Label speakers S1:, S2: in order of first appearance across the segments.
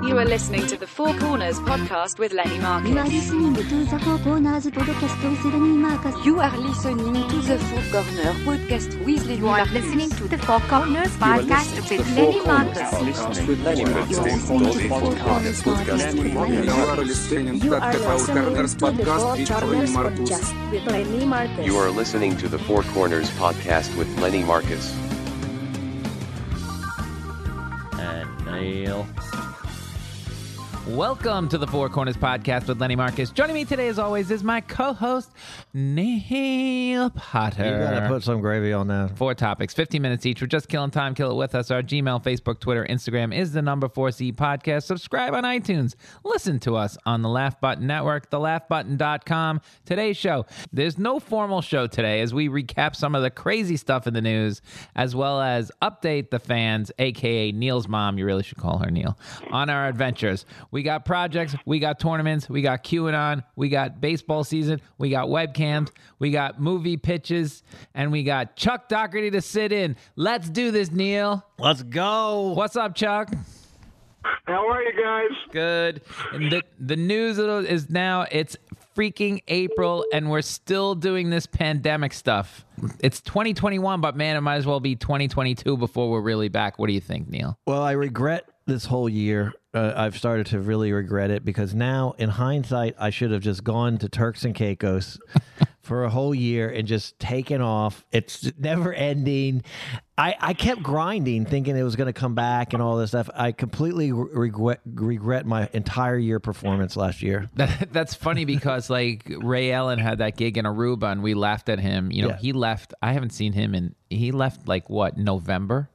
S1: You are listening to the Four Corners podcast with Lenny
S2: You are
S1: Marcus.
S2: listening to the Four Corners podcast with Lenny Marcus.
S3: You are listening to the Four Corner podcast with Lenny
S4: You are
S3: Marcus.
S4: listening to the Four Corners podcast with Lenny Marcus.
S5: You are listening to the Four Corners podcast with Lenny Marcus.
S6: You are listening to the Four Corners podcast with Lenny Marcus.
S7: And Neil.
S8: Welcome to the Four Corners Podcast with Lenny Marcus. Joining me today, as always, is my co-host Neil Potter.
S7: You gotta put some gravy on that.
S8: Four topics, 15 minutes each. We're just killing time. Kill it with us. Our Gmail, Facebook, Twitter, Instagram is the number 4C podcast. Subscribe on iTunes. Listen to us on the Laugh Button Network, thelaughbutton.com. Today's show. There's no formal show today as we recap some of the crazy stuff in the news, as well as update the fans, aka Neil's mom. You really should call her Neil. On our adventures. We got projects, we got tournaments, we got QAnon, we got baseball season, we got webcams, we got movie pitches, and we got Chuck Doherty to sit in. Let's do this, Neil.
S7: Let's go.
S8: What's up, Chuck?
S9: How are you guys?
S8: Good. And the the news is now it's freaking April, and we're still doing this pandemic stuff. It's 2021, but man, it might as well be 2022 before we're really back. What do you think, Neil?
S7: Well, I regret this whole year. Uh, I've started to really regret it because now, in hindsight, I should have just gone to Turks and Caicos for a whole year and just taken off. It's never ending. I, I kept grinding, thinking it was going to come back and all this stuff. I completely re- regret regret my entire year performance last year.
S8: That, that's funny because like Ray Allen had that gig in Aruba and we laughed at him. You know,
S7: Yeah.
S8: he left. I haven't seen him in he left like what November,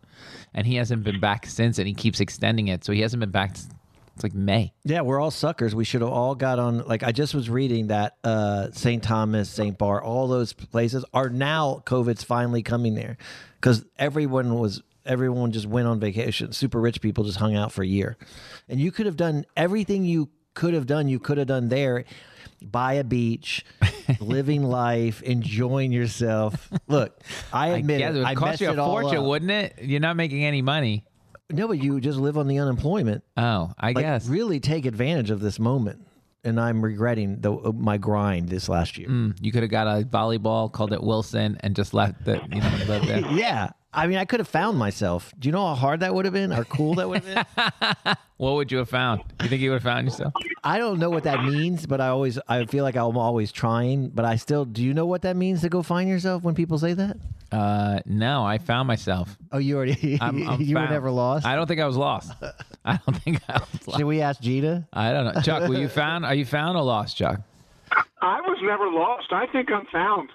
S8: and he hasn't been back since. And he keeps extending it, so he hasn't been back. s- It's like May.
S7: Yeah, we're all suckers. We should have all got on. Like I just was reading that uh, St. Thomas, St. Bar, all those places are now COVID's finally coming there because everyone was everyone just went on vacation. Super rich people just hung out for a year, and you could have done everything you could have done. You could have done there, by a beach, living life, enjoying yourself. Look, I admit
S8: guess
S7: it.
S8: would
S7: I
S8: cost
S7: messed
S8: you a
S7: it all
S8: fortune,
S7: up.
S8: wouldn't it? You're not making any money.
S7: No, but you just live on the unemployment
S8: Oh, I
S7: like,
S8: guess.
S7: really take advantage of this moment. And I'm regretting the, uh, my grind this last year.
S8: Mm, you could have got a volleyball, called it Wilson, and just left the you know lived there.
S7: Yeah. I mean, I could have found myself. Do you know how hard that would have been or cool that would have been?
S8: What would you have found? You think you would have found yourself?
S7: I don't know what that means, but I always, I feel like I'm always trying, but I still, do you know what that means to go find yourself when people say that?
S8: Uh, no, I found myself.
S7: Oh, you already,
S8: I'm, I'm
S7: you
S8: found.
S7: were never lost?
S8: I don't think I was lost. I don't think I was lost.
S7: Should we ask Gina?
S8: I don't know. Chuck, were you found? Are you found or lost, Chuck?
S9: I was never lost. I think I'm found.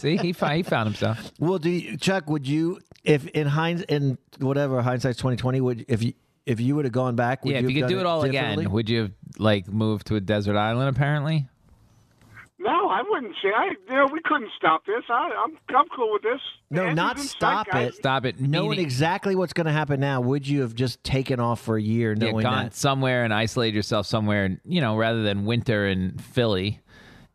S8: See, he found, he found himself.
S7: Well, do you, Chuck? Would you, if in hind in whatever hindsight's twenty twenty, would if you if you would have gone back? Would
S8: yeah,
S7: you
S8: if you
S7: have
S8: could
S7: done
S8: do it all again,
S7: differently?
S8: would you have like moved to a desert island? Apparently,
S9: No, I wouldn't say. I, you know, we couldn't stop this. I, I'm, I'm cool with this.
S7: No,
S9: The end
S7: not
S9: is in sight,
S7: stop
S9: guys.
S7: it.
S8: stop it.
S7: knowing
S8: meaning-
S7: exactly what's going to happen now, would you have just taken off for a year
S8: yeah,
S7: knowing
S8: gone
S7: that?
S8: somewhere and isolated yourself somewhere, and you know, rather than winter in Philly,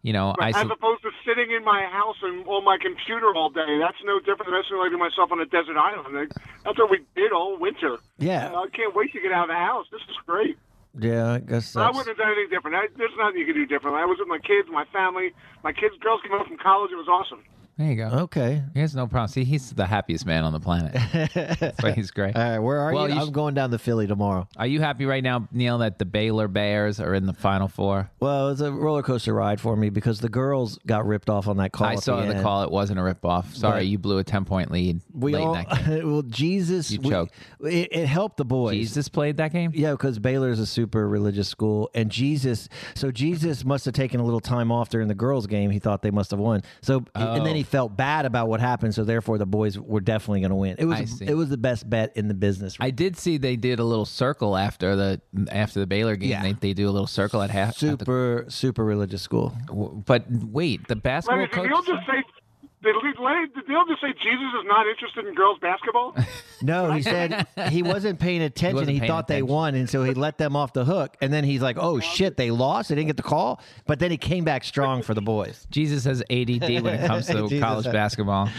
S8: you know,
S9: Right, As
S8: isol-
S9: opposed to sitting in my house and on my computer all day. That's no different than isolating myself on a desert island. Like, That's what we did all winter.
S7: Yeah.
S9: I can't wait to get out of the house. This is great.
S7: Yeah, I guess
S9: I
S7: that's,
S9: wouldn't have done anything different. I, there's nothing you can do differently. I was with my kids, my family. My kids, girls came home from college. It was awesome.
S8: there you go.
S7: okay.
S8: He has no problem. See, he's the happiest man on the planet. That's why he's great.
S7: All right, where are
S8: Well,
S7: you?
S8: you
S7: I'm
S8: sh-
S7: going down to Philly tomorrow.
S8: Are you happy right now, Neil, that the Baylor Bears are in the Final Four?
S7: Well, it's a roller coaster ride for me because the girls got ripped off on that call.
S8: I
S7: at
S8: saw the
S7: end.
S8: call. It wasn't a ripoff. Sorry,
S7: But-
S8: you blew a 10 point lead
S7: We
S8: late
S7: all,
S8: in that game.
S7: well, Jesus,
S8: You
S7: we-
S8: choked.
S7: it, it helped the boys.
S8: Jesus played that game?
S7: Yeah, because Baylor's a super religious school, and Jesus. So Jesus must have taken a little time off during the girls' game. He thought they must have won. So and then
S8: Oh.
S7: he felt bad about what happened. So therefore, the boys were definitely going to win. It
S8: I
S7: was
S8: see.
S7: it was the best bet in the business.
S8: I did see they did a little circle after the after the Baylor game.
S7: Yeah.
S8: They, they do a little circle at half. at the-
S7: super super religious school.
S8: but wait, the basketball
S9: Lenny, did Neil
S8: coach.
S9: just say? Did Lenny, did Neil just say Jesus is not interested in girls basketball?
S7: No, he said he wasn't paying attention. He,
S8: wasn't paying
S7: thought they
S8: attention.
S7: won, and so he let them off the hook. And then he's like, "Oh shit, they lost. They didn't get the call." But then he came back strong for the boys.
S8: Jesus has ADD when it comes to
S7: Jesus
S8: college
S7: has-
S8: basketball.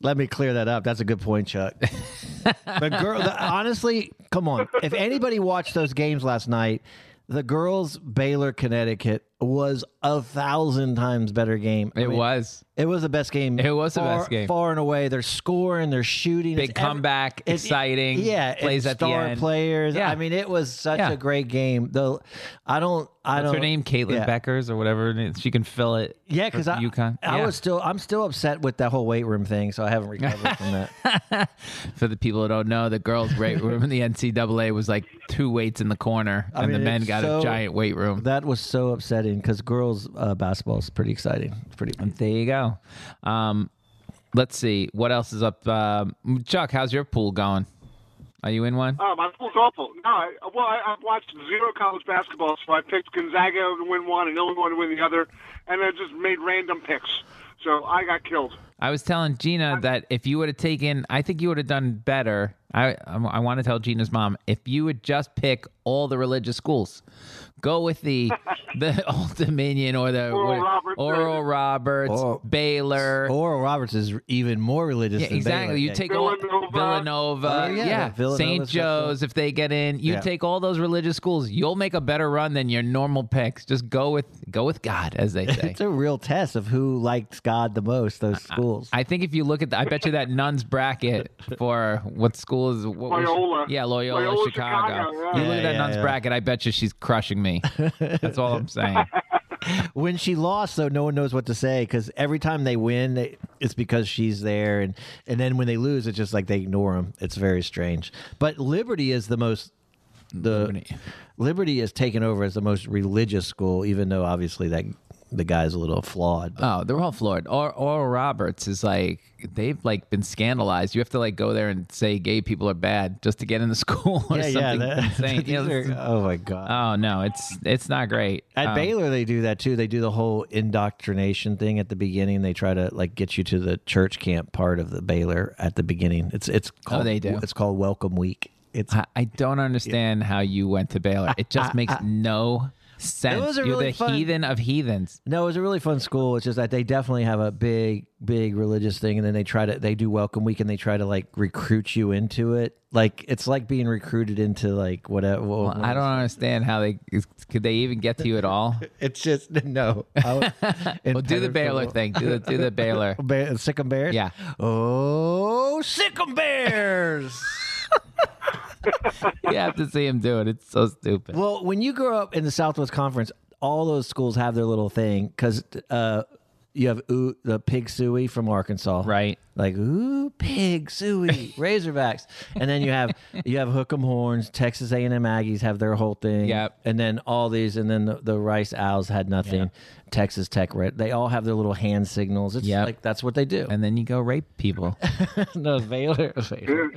S7: Let me clear that up. That's a good point, Chuck. The girl, the, honestly, come on. If anybody watched those games last night, the girls Baylor Connecticut was a thousand times better game. I
S8: It
S7: mean,
S8: was.
S7: It was the best game.
S8: It was the
S7: far,
S8: best game.
S7: far and away. They're scoring. They're shooting.
S8: Big
S7: It's every-
S8: comeback,
S7: it's-
S8: exciting,
S7: Yeah,
S8: plays
S7: it's
S8: at the
S7: star
S8: end.
S7: players.
S8: Yeah.
S7: I mean, it was such
S8: Yeah.
S7: a great game. Though, I don't. I
S8: What's
S7: don't.
S8: her name? Caitlin
S7: yeah.
S8: Beckers or whatever. and She can fill it.
S7: Yeah,
S8: for
S7: because I,
S8: UConn.
S7: I
S8: Yeah.
S7: was still, I'm still upset with that whole weight room thing, so I haven't recovered from that.
S8: For the people who don't know, the girls' weight room in the NCAA was like two weights in the corner,
S7: I
S8: and the
S7: mean,
S8: men
S7: it's
S8: got a
S7: so-
S8: giant weight room.
S7: That was so upsetting because girls uh, basketball is pretty exciting. It's pretty.
S8: there you go. Um, let's see what else is up. Um Chuck, how's your pool going? Are you in one?
S9: Oh, my pool's awful. No, I, well, I, I've watched zero college basketball, so I picked Gonzaga to win one and Illinois to win the other, and I just made random picks. So I got killed.
S8: I was telling Gina that if you would have taken, I think you would have done better. I I, I want to tell Gina's mom if you would just pick all the religious schools, go with the the Old Dominion or the
S9: Oral Roberts.
S8: Oral Roberts,
S7: Or-
S8: Baylor.
S7: Oral Roberts is even more religious.
S8: yeah,
S7: than
S8: exactly.
S7: Oh, Baylor.
S8: you
S7: Yeah.
S8: take all
S9: Villanova.
S8: Villanova,
S7: Oh,
S8: yeah,
S7: yeah, yeah, Villanova's
S8: St.
S7: good stuff.
S8: Joe's. If they get in, you
S7: Yeah.
S8: take all those religious schools. You'll make a better run than your normal picks. Just go with go with God, as they say.
S7: It's a real test of who likes God the most. Those schools.
S8: I think if you look at, the, I bet you that nuns bracket for what school is what was-
S9: Loyola.
S8: yeah, Loyola,
S9: Loyola,
S8: Chicago.
S9: Chicago, yeah.
S8: You look at that
S7: Yeah,
S8: nuns
S7: yeah.
S8: bracket. I bet you she's crushing me. That's all I'm saying.
S7: when she lost, though, no one knows what to say because every time they win, they, it's because she's there, and and then when they lose, it's just like they ignore them. It's very strange. But Liberty is the most the
S8: Liberty.
S7: Liberty, is taken over as the most religious school, even though obviously that the guy's a little flawed. But
S8: Oh, they're all floored. Or Oral Roberts is like they've like been scandalized. You have to like go there and say gay people are bad just to get in the school or something
S7: that-
S8: insane.
S7: these
S8: You know,
S7: are- oh my god.
S8: oh no, it's it's not great.
S7: At
S8: Um,
S7: Baylor, they do that too. They do the whole indoctrination thing at the beginning. They try to like get you to the church camp part of the Baylor at the beginning. It's it's called
S8: Oh, they do.
S7: It's called Welcome Week. It's
S8: I, I don't understand how you went to Baylor. It just makes no sense.
S7: was a
S8: You're
S7: really
S8: the
S7: fun-
S8: heathen of heathens.
S7: no, it was a really fun school. It's just that they definitely have a big, big religious thing, and then they try to they do Welcome Week and they try to like recruit you into it. Like it's like being recruited into like whatever.
S8: Well, I don't understand how they is- could they even get to you at all.
S7: It's just no. I was
S8: Well, do the Baylor
S7: impenetrable.
S8: thing. Do the, do the Baylor.
S7: Bear, sick 'em bears.
S8: Yeah.
S7: Oh, sick 'em bears.
S8: You have to see him do it. It's so stupid.
S7: Well, when you grow up in the Southwest Conference, all those schools have their little thing because uh, you have ooh, the pig suey from Arkansas,
S8: Right.
S7: Like ooh, pig suey, Razorbacks, and then you have you have Hook'em Horns. Texas A and M Aggies have their whole thing.
S8: Yep.
S7: And then all these, and then the, the Rice Owls had nothing. Texas Tech, Red, they all have their little hand signals. It's
S8: Yep.
S7: like that's what they do.
S8: And then you go rape people.
S7: no Baylor. Baylor.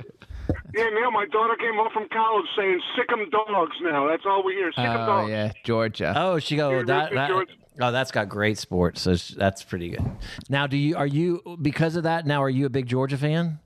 S9: Yeah, yeah Neil, my daughter came home from college saying, sick 'em dogs now. That's all we hear, sick 'em
S8: Oh
S9: dogs.
S8: yeah, Georgia.
S7: Oh, she go
S9: University
S7: that,
S9: of
S7: that
S9: Georgia.
S7: Oh, that's got great sports. So sh- that's pretty good. Now, do you are you because of that? Now, are you a big Georgia fan?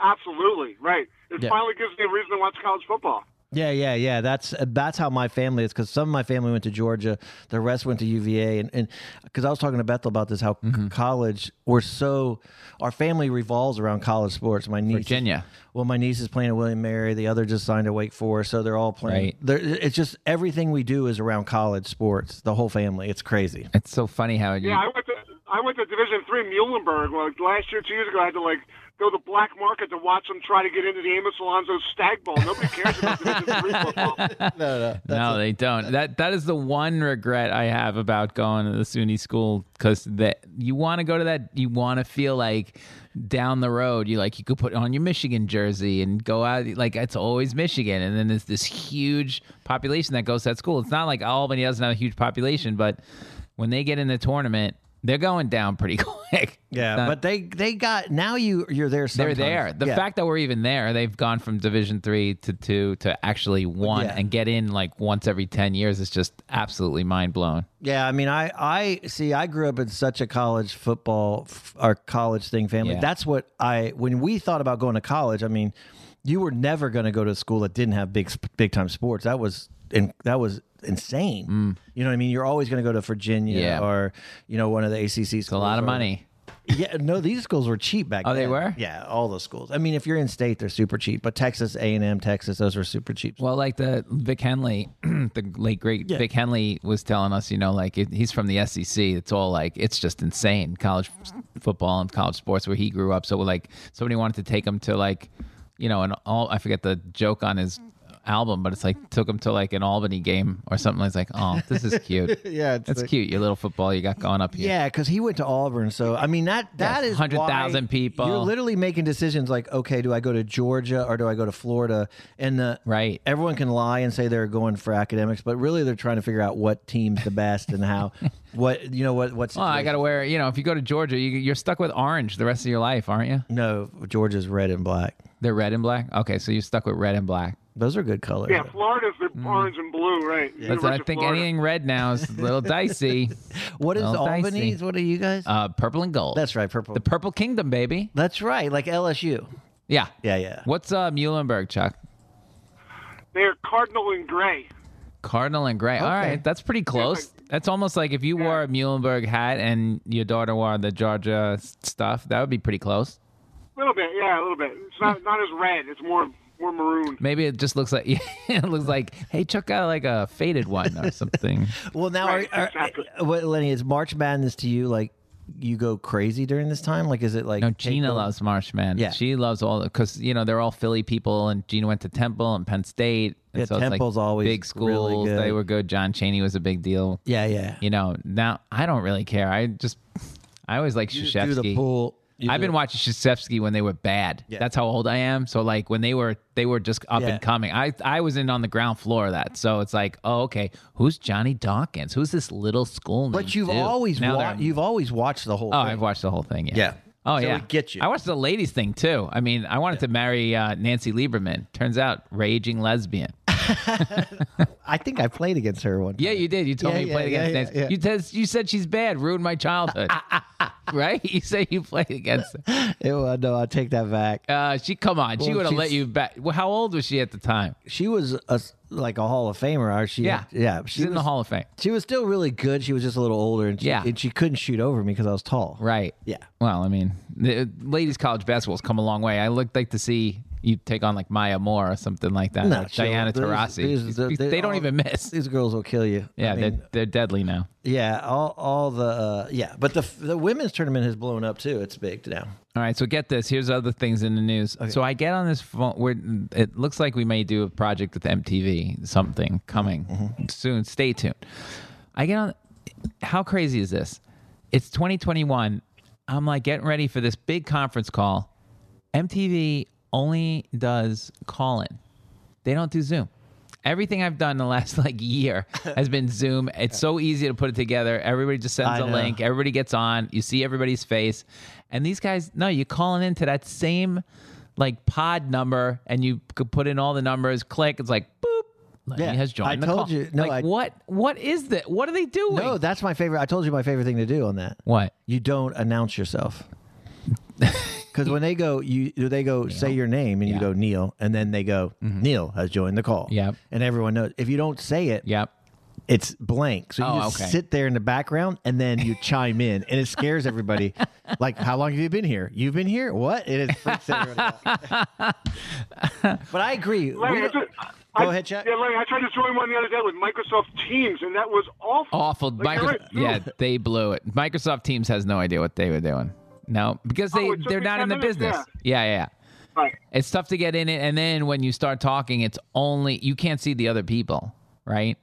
S9: Absolutely, right. It
S7: Yeah.
S9: finally gives me a reason to watch college football.
S7: Yeah, yeah, yeah. That's that's how my family is because some of my family went to Georgia, the rest went to UVA, and and because I was talking to Bethel about this, how c- college we're so our family revolves around college sports. My niece,
S8: Virginia.
S7: Well, my niece is playing at William Mary. The other just signed to Wake Forest, so they're all playing.
S8: Right.
S7: They're, it's just everything we do is around college sports. The whole family. It's crazy.
S8: It's so funny how you.
S9: Yeah, I went to I went to Division Three Muhlenberg like last year, two years ago. I had to like go to the black market to watch them try to get into the Amos Alonso Stag Ball. Nobody cares about Division Three football.
S8: no, they don't. That that is the one regret I have about going to the SUNY school because that you want to go to that, you want to feel like down the road you like you could put on your Michigan jersey and go out like it's always Michigan, and then there's this huge population that goes to that school. It's not like Albany doesn't have a huge population, but when they get in the tournament, they're going down pretty quick.
S7: Yeah,
S8: It's not-
S7: but they they got now you you're there.
S8: they're
S7: Sometimes.
S8: there. The
S7: Yeah.
S8: fact that we're even there, they've gone from Division three to two to actually one
S7: Yeah.
S8: and get in like once every ten years is just absolutely mind blown.
S7: yeah. I mean, I I see. I grew up in such a college football f- or college thing family.
S8: Yeah.
S7: That's what I when we thought about going to college. I mean, you were never going to go to a school that didn't have big sp- big time sports. That was and that was insane. You know what I mean? You're always going to go to Virginia
S8: Mm. Yeah.
S7: or you know one of the ACC schools.
S8: It's a lot of
S7: or-
S8: money.
S7: Yeah, no, these schools were cheap back.
S8: Oh,
S7: then.
S8: they were?
S7: Yeah, all the schools. I mean, if you're in state, they're super cheap. But Texas A and M, Texas, those were super cheap.
S8: Well, like the Vic Henley, the late great Vic Henley was telling us, you know, like it, he's from the SEC. It's all like it's just insane college football and college sports where he grew up. So like somebody wanted to take him to like, you know, an all I forget the joke on his album, but it's like took him to like an Albany game or something. It's like, oh, this is cute.
S7: Yeah, it's
S8: that's
S7: like-
S8: cute. Your little football you got going up here.
S7: Yeah, because he went to Auburn. So I mean that that
S8: Yes,
S7: is
S8: 100,000
S7: why
S8: people.
S7: You're literally making decisions like, okay, do I go to Georgia or do I go to Florida? And the
S8: Right.
S7: everyone can lie and say they're going for academics, but really they're trying to figure out what team's the best and how what you know what what's.
S8: Well, I got to wear. You know, if you go to Georgia, you, you're stuck with orange the rest of your life, aren't you?
S7: No, Georgia's red and black.
S8: They're red and black. Okay, so you're stuck with red and black.
S7: Those are good colors.
S9: Yeah, Florida's the orange and blue, right?
S8: That's
S9: University
S8: Mm-hmm. I
S9: of
S8: think
S9: Florida.
S8: anything red now is a little dicey.
S7: What is
S8: Well, dicey.
S7: Albany's? What are you guys?
S8: Uh, purple and gold.
S7: That's right, purple.
S8: The Purple Kingdom, baby.
S7: That's right, like LSU.
S8: Yeah.
S7: Yeah, yeah.
S8: What's uh, Muhlenberg, Chuck?
S9: They are cardinal and gray.
S8: Cardinal and gray. All right, that's pretty close. That's almost like if you wore a Muhlenberg hat and your daughter wore the Georgia s- stuff. That would be pretty close.
S9: A little bit, yeah, a little bit. It's
S8: Mm.
S9: not not as red. It's more more maroon.
S8: Maybe it just looks like it looks like hey, Chuck got like a faded one or something.
S7: Well, now,
S9: Right,
S7: are, are,
S9: exactly.
S7: what, Lenny, is March Madness to you like you go crazy during this time? Like, is it like
S8: No,
S7: take
S8: Gina
S7: the-
S8: loves Marshman.
S7: Yeah.
S8: She loves all because you know they're all Philly people, and Gina went to Temple and Penn State. And
S7: Yeah,
S8: so it's like
S7: Temple's always
S8: big
S7: really
S8: schools. They
S7: good.
S8: were good. John Cheney was a big deal.
S7: Yeah, yeah.
S8: You know, now I don't really care. I just I always like
S7: You do the
S8: Shashevsky.
S7: pool. you
S8: I've
S7: do-
S8: been watching Shashevsky when they were bad.
S7: Yeah.
S8: That's how old I am. So like when they were they were just up
S7: Yeah.
S8: and coming. I I was in on the ground floor of that. So it's like, oh okay, who's Johnny Dawkins? Who's this little school? named
S7: But you've
S8: Duke?
S7: always
S8: Now
S7: wa-
S8: they're-
S7: you've always watched the whole.
S8: Oh,
S7: thing.
S8: I've watched the whole thing. Yeah.
S7: Yeah.
S8: Oh
S7: So
S8: yeah.
S7: it gets you.
S8: I watched the ladies thing too. I mean, I wanted to marry uh, Nancy Lieberman. Turns out, raging lesbian.
S7: I think I played against her one.
S8: Yeah,
S7: time.
S8: you did. You told
S7: Yeah,
S8: me you
S7: yeah,
S8: played
S7: yeah,
S8: against
S7: yeah,
S8: Nancy.
S7: yeah.
S8: You, says- you said she's bad. Ruined my childhood. right? You say you played against her.
S7: Ew, I know. I take that back.
S8: Uh, she come on. she
S7: Well,
S8: would have let
S7: she's-
S8: you back. Well, how old was she at the time?
S7: She was a like a Hall of Famer. Or she,
S8: Yeah.
S7: yeah.
S8: She's in the
S7: was-
S8: Hall of Fame.
S7: She was still really good. She was just a little older, and she,
S8: Yeah.
S7: and she couldn't shoot over me because I was tall.
S8: Right.
S7: Yeah.
S8: Well, I mean, the uh, ladies' college basketball's come a long way. I looked like to see you take on like Maya Moore or something like that.
S7: No,
S8: like
S7: chill.
S8: Diana
S7: These-
S8: Taurasi.
S7: these- they're-
S8: they
S7: they're
S8: don't
S7: all-
S8: even miss.
S7: These girls will kill you. I
S8: Yeah,
S7: mean,
S8: they're, they're deadly now.
S7: Yeah, all all the uh, yeah, but the the women's tournament has blown up too. It's big now.
S8: All right, so get this. Here's other things in the news. So I get on this phone. We're, it looks like we may do a project with MTV, something coming
S7: Mm-hmm.
S8: soon. Stay tuned. I get on. How crazy is this? It's 2021. I'm like getting ready for this big conference call. MTV only does call in. They don't do Zoom. Everything I've done in the last like year has been Zoom. It's so easy to put it together. Everybody just sends
S7: I
S8: a
S7: know.
S8: link. Everybody gets on. You see everybody's face. And these guys, no, you're calling into that same like pod number and you could put in all the numbers, click, it's like boop. Lenny
S7: Yeah,
S8: has joined
S7: I
S8: the
S7: told
S8: call.
S7: you. No,
S8: like,
S7: I-
S8: what what is that? What are they doing?
S7: No, that's my favorite. I told you my favorite thing to do on that.
S8: what?
S7: You don't announce yourself. Because when they go, you they go say your name and
S8: Yeah. Mm-hmm.
S7: you go Neil, and then they go Neil has joined the call.
S8: Yep.
S7: and everyone knows. If you don't say it,
S8: Yep.
S7: it's blank. So you
S8: Oh,
S7: just
S8: okay.
S7: sit there in the background, and then you chime in, and it scares everybody. like, how long have you been here? You've been here? What? It is freaks everybody out. but I agree. We
S9: Larry, I
S7: don't-
S9: just-
S7: Go
S9: I-
S7: ahead, Chet.
S9: Yeah, Larry, I tried to join one the other day with Microsoft Teams, and that was awful.
S8: Awful.
S9: Like,
S8: Micro-
S9: you're right.
S8: yeah, they blew it. Microsoft Teams has no idea what they were doing. No, because they
S9: Oh, it took
S8: they're
S9: me
S8: not
S9: 10
S8: in the
S9: minutes,
S8: business. Yeah, yeah. yeah.
S9: Right.
S8: It's tough to get in it, and then when you start talking, it's only you can't see the other people, right?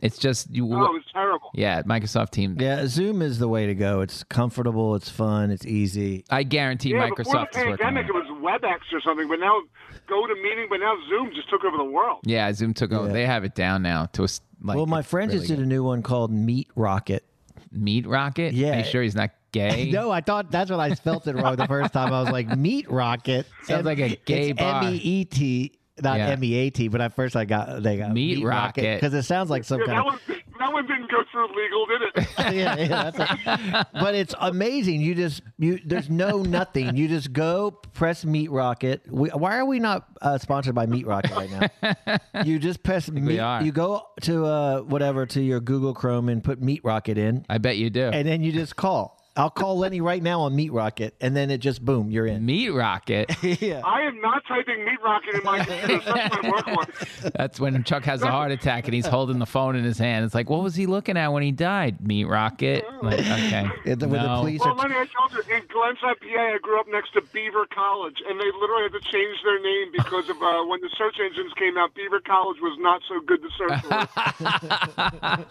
S8: It's just you.
S9: Oh, it was terrible.
S8: yeah, Microsoft Teams.
S7: Yeah, Zoom is the way to go. It's comfortable, it's fun, it's easy.
S8: I guarantee
S9: Yeah, before
S8: Microsoft
S9: the
S8: is working. on
S9: pandemic,
S8: it.
S9: it was WebEx or something, but now go to meeting, but now Zoom just took over the world.
S8: Yeah, Zoom took over.
S7: Yeah.
S8: They have it down now to a s- like.
S7: well, my
S8: it's
S7: friend
S8: really
S7: just did a new one called Meat Rocket.
S8: good. Meat Rocket. are
S7: Yeah.
S8: you sure he's not gay?
S7: No, I thought that's what I spelt it wrong the first time. I was like, Meat Rocket
S8: Sounds like a gay
S7: it's
S8: bar.
S7: M E E T, not
S8: Yeah.
S7: M E A T. But at first, I got they got
S8: Meat Rocket.
S7: because it sounds like some
S9: Yeah,
S7: kind
S9: that
S7: of
S9: one, that one didn't go through legal, did it?
S7: yeah, yeah, that's a- but it's amazing. You just you there's no nothing. You just go press Meat Rocket. We, why are we not uh, sponsored by Meat Rocket right now? you just press Meat.
S8: are.
S7: You go to uh, whatever to your Google Chrome and put Meat Rocket in,
S8: I bet you do.
S7: and then you just call. I'll call Lenny right now on Meat Rocket, and then it just boom, you're in.
S8: Meat rocket.
S9: I am not typing meat rocket in my computer. That's my work one.
S8: That's when Chuck has a heart attack and he's holding the phone in his hand. It's like, what was he looking at when he died? Meat rocket. Like, okay.
S7: Yeah, the- with the
S8: No.
S7: police
S9: Well,
S7: are,
S9: Lenny, I told you, in Glenside, PA, I grew up next to Beaver College, and they literally had to change their name because of uh, when the search engines came out, Beaver College was not so good to search for.
S8: Uh,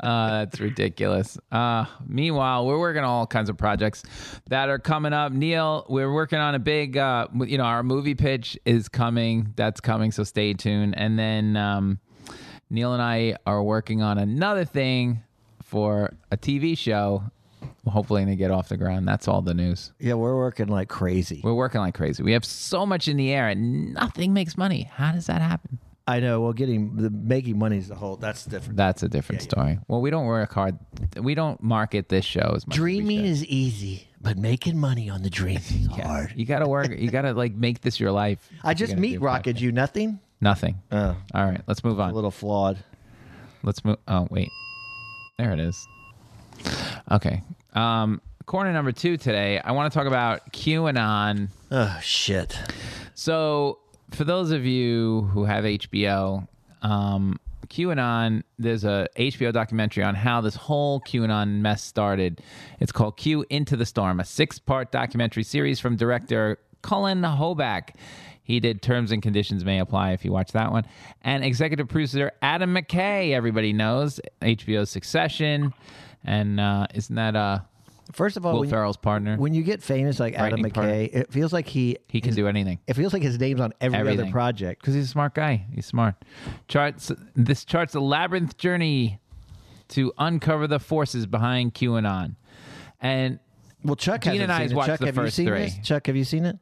S8: that's ridiculous. Uh, meanwhile, we're working on all kinds of projects that are coming up. Neil, we're working on a big, uh, you know, our movie pitch is coming. That's coming, so stay tuned. And then um, Neil and I are working on another thing for a TV show. Hopefully, they get off the ground. That's all the news.
S7: yeah, we're working like crazy.
S8: We're working like crazy. We have so much in the air, and nothing makes money. How does that happen?
S7: I know. Well, getting the making money is the whole. That's different.
S8: That's a different story. Well, we don't work hard. We don't market this show as much. as we
S7: Dreaming
S8: should.
S7: is easy, but making money on the dream is hard.
S8: You gotta work. You gotta like make this your life.
S7: I
S8: You
S7: just
S8: gotta
S7: meat
S8: do a podcast.
S7: rocketed you nothing.
S8: Nothing.
S7: Oh,
S8: All right, let's move
S7: a
S8: on.
S7: little flawed.
S8: Let's move. Oh wait, there it is. Okay. Um, corner number two today. I want to talk about QAnon.
S7: Oh shit.
S8: So, for those of you who have HBO, um, QAnon, there's a HBO documentary on how this whole QAnon mess started. It's called Q Into the Storm, a six-part documentary series from director Cullen Hoback. He did Terms and Conditions May Apply if you watch that one. And executive producer Adam McKay, everybody knows, HBO's Succession. And uh, isn't that uh,
S7: First of all,
S8: Will
S7: Oh, when,
S8: Ferrell's partner?
S7: when you get famous like Adam
S8: Frightening partner.
S7: McKay, it feels like he
S8: he can do anything.
S7: it feels like his name's on every
S8: Everything.
S7: other project.
S8: because he's a smart guy. He's smart. Charts this charts a labyrinth journey to uncover the forces behind QAnon, and
S7: Well, Chuck
S8: Gene
S7: hasn't
S8: and I
S7: seen it.
S8: watched
S7: Chuck,
S8: the
S7: have you
S8: first
S7: seen
S8: three.
S7: this? Chuck, have you seen it?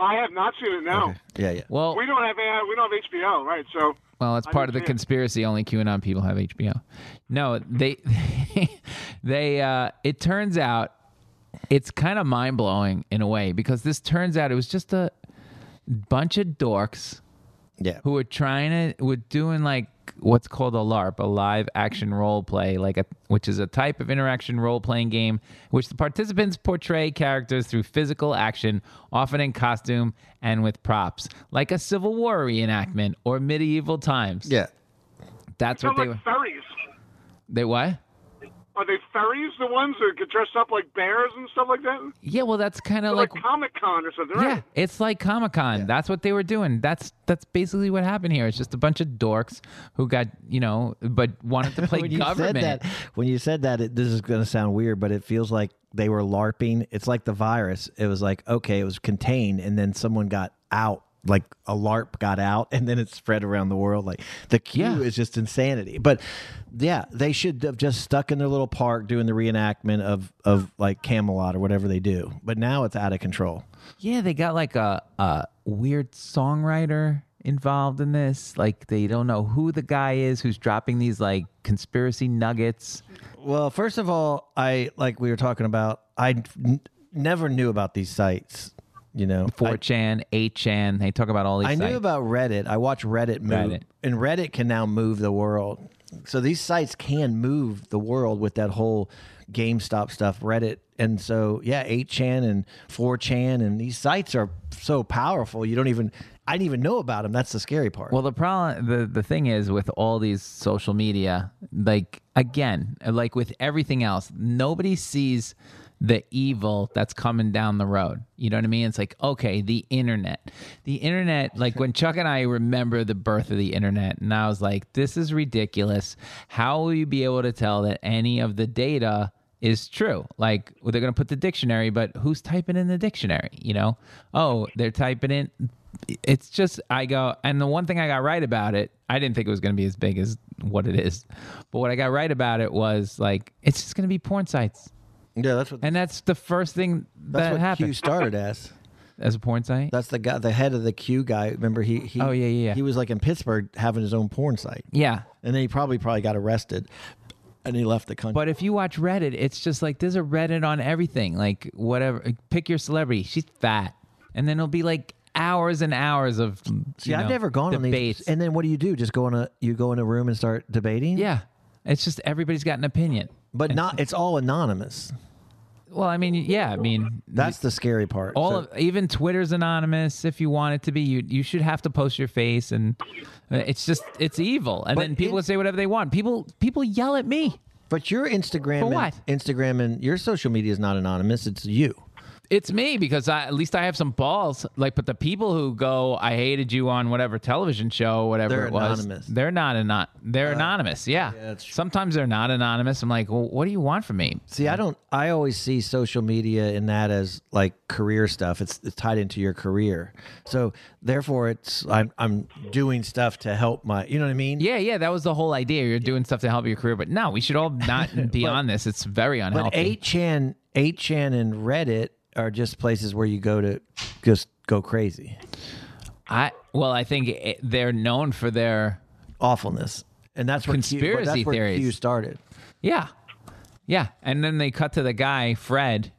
S9: I have not seen it now.
S7: Yeah, yeah.
S8: well,
S9: We don't have AI, we don't have HBO, right? So
S8: well, it's
S9: I
S8: part of the
S9: understand.
S8: conspiracy. Only QAnon people have HBO. No, they, they. Uh, it turns out it's kind of mind blowing in a way because this turns out it was just a bunch of dorks
S7: Yeah.
S8: who were trying to were doing like what's called a LARP, a live action role play, like a which is a type of interaction role playing game which the participants portray characters through physical action, often in costume and with props, like a Civil War reenactment or medieval times.
S7: Yeah.
S8: That's
S9: they're
S8: what they
S9: like
S8: were.
S9: fairies.
S8: They what?
S9: Are they fairies, the ones that get dressed up like bears and stuff like that?
S8: Yeah, well, that's kind of
S9: They're
S8: like
S9: like Comic Con or something,
S8: Yeah,
S9: right?
S8: it's like Comic Con. That's what they were doing. That's that's basically what happened here. It's just a bunch of dorks who got you know, but wanted to play
S7: when you
S8: government.
S7: said that, when you said that, it, this is going to sound weird, but it feels like they were LARPing. It's like the virus. It was like okay, it was contained, and then someone got out. Like a LARP got out, and then it spread around the world. Like the Q
S8: Yeah.
S7: is just insanity. But yeah, they should have just stuck in their little park doing the reenactment of of like Camelot or whatever they do. But now it's out of control.
S8: Yeah, they got like a, a weird songwriter involved in this. Like they don't know who the guy is who's dropping these like conspiracy nuggets.
S7: Well, first of all, I like we were talking about. I n- never knew about these sites. You know, I-
S8: 4chan, 8chan, they talk about all these
S7: I
S8: sites.
S7: knew about Reddit. I watch Reddit move,
S8: Reddit.
S7: and Reddit can now move the world. So these sites can move the world with that whole GameStop stuff, Reddit, and so yeah, 8chan and 4chan, and these sites are so powerful. You don't even I didn't even know about them. That's the scary part.
S8: Well, the problem, the, the thing is with all these social media, like again, like with everything else, nobody sees the evil that's coming down the road. You know what I mean? It's like, okay, the internet. The internet, like when Chuck and I remember the birth of the internet, and I was like, this is ridiculous. How will you be able to tell that any of the data? is true. Like well, they're going to put the dictionary, but who's typing in the dictionary? You know, oh, they're typing in. It's just I go, and the one thing I got right about it, I didn't think it was going to be as big as what it is, but what I got right about it was like it's just going to be porn sites,
S7: yeah, that's what
S8: and that's the first thing
S7: that's
S8: that
S7: what Q
S8: happened
S7: started as.
S8: as a porn site.
S7: That's the guy, the head of the Q guy. Remember he? he
S8: Oh, yeah, yeah, yeah.
S7: He was like in Pittsburgh having his own porn site,
S8: yeah,
S7: and then he probably probably got arrested, and he left the country.
S8: But if you watch Reddit, it's just like there's a Reddit on everything. Like whatever, like, pick your celebrity. She's fat, and then it'll be like hours and hours of.
S7: See, I've never gone
S8: debates.
S7: on these. And then what do you do? Just go in a you go in a room and start debating?
S8: yeah, it's just everybody's got an opinion.
S7: but not. It's all anonymous.
S8: Well, I mean, yeah, I mean,
S7: That's the scary part.
S8: all
S7: So-
S8: of even Twitter's anonymous. If you want it to be, you you should have to post your face, and uh, it's just it's evil. And
S7: But
S8: then people
S7: it-
S8: say whatever they want. People people yell at me.
S7: but your Instagram,
S8: For
S7: and-
S8: what?
S7: Instagram and your social media is not anonymous. It's you.
S8: It's me because I, at least I have some balls. Like, but the people who go, I hated you on whatever television show, whatever
S7: They're
S8: it was.
S7: anonymous. Uh,
S8: They're not anon. They're anonymous. Yeah.
S7: that's true.
S8: Sometimes they're not anonymous. I'm like, well, what do you want from me?
S7: See, I don't. I always see social media in that as like career stuff. It's, it's tied into your career, so therefore, it's I'm I'm doing stuff to help my. You know what I mean?
S8: Yeah, yeah, that was the whole idea. You're doing stuff to help your career, but no, we should all not be on this. It's very unhealthy.
S7: But eight chan, eight chan, and Reddit are just places where you go to just go crazy,
S8: I well, I think it, they're known for their
S7: awfulness, and that's where Q,
S8: Conspiracy
S7: that's where
S8: theories.
S7: Q started.
S8: yeah, yeah. And then they cut to the guy Fred,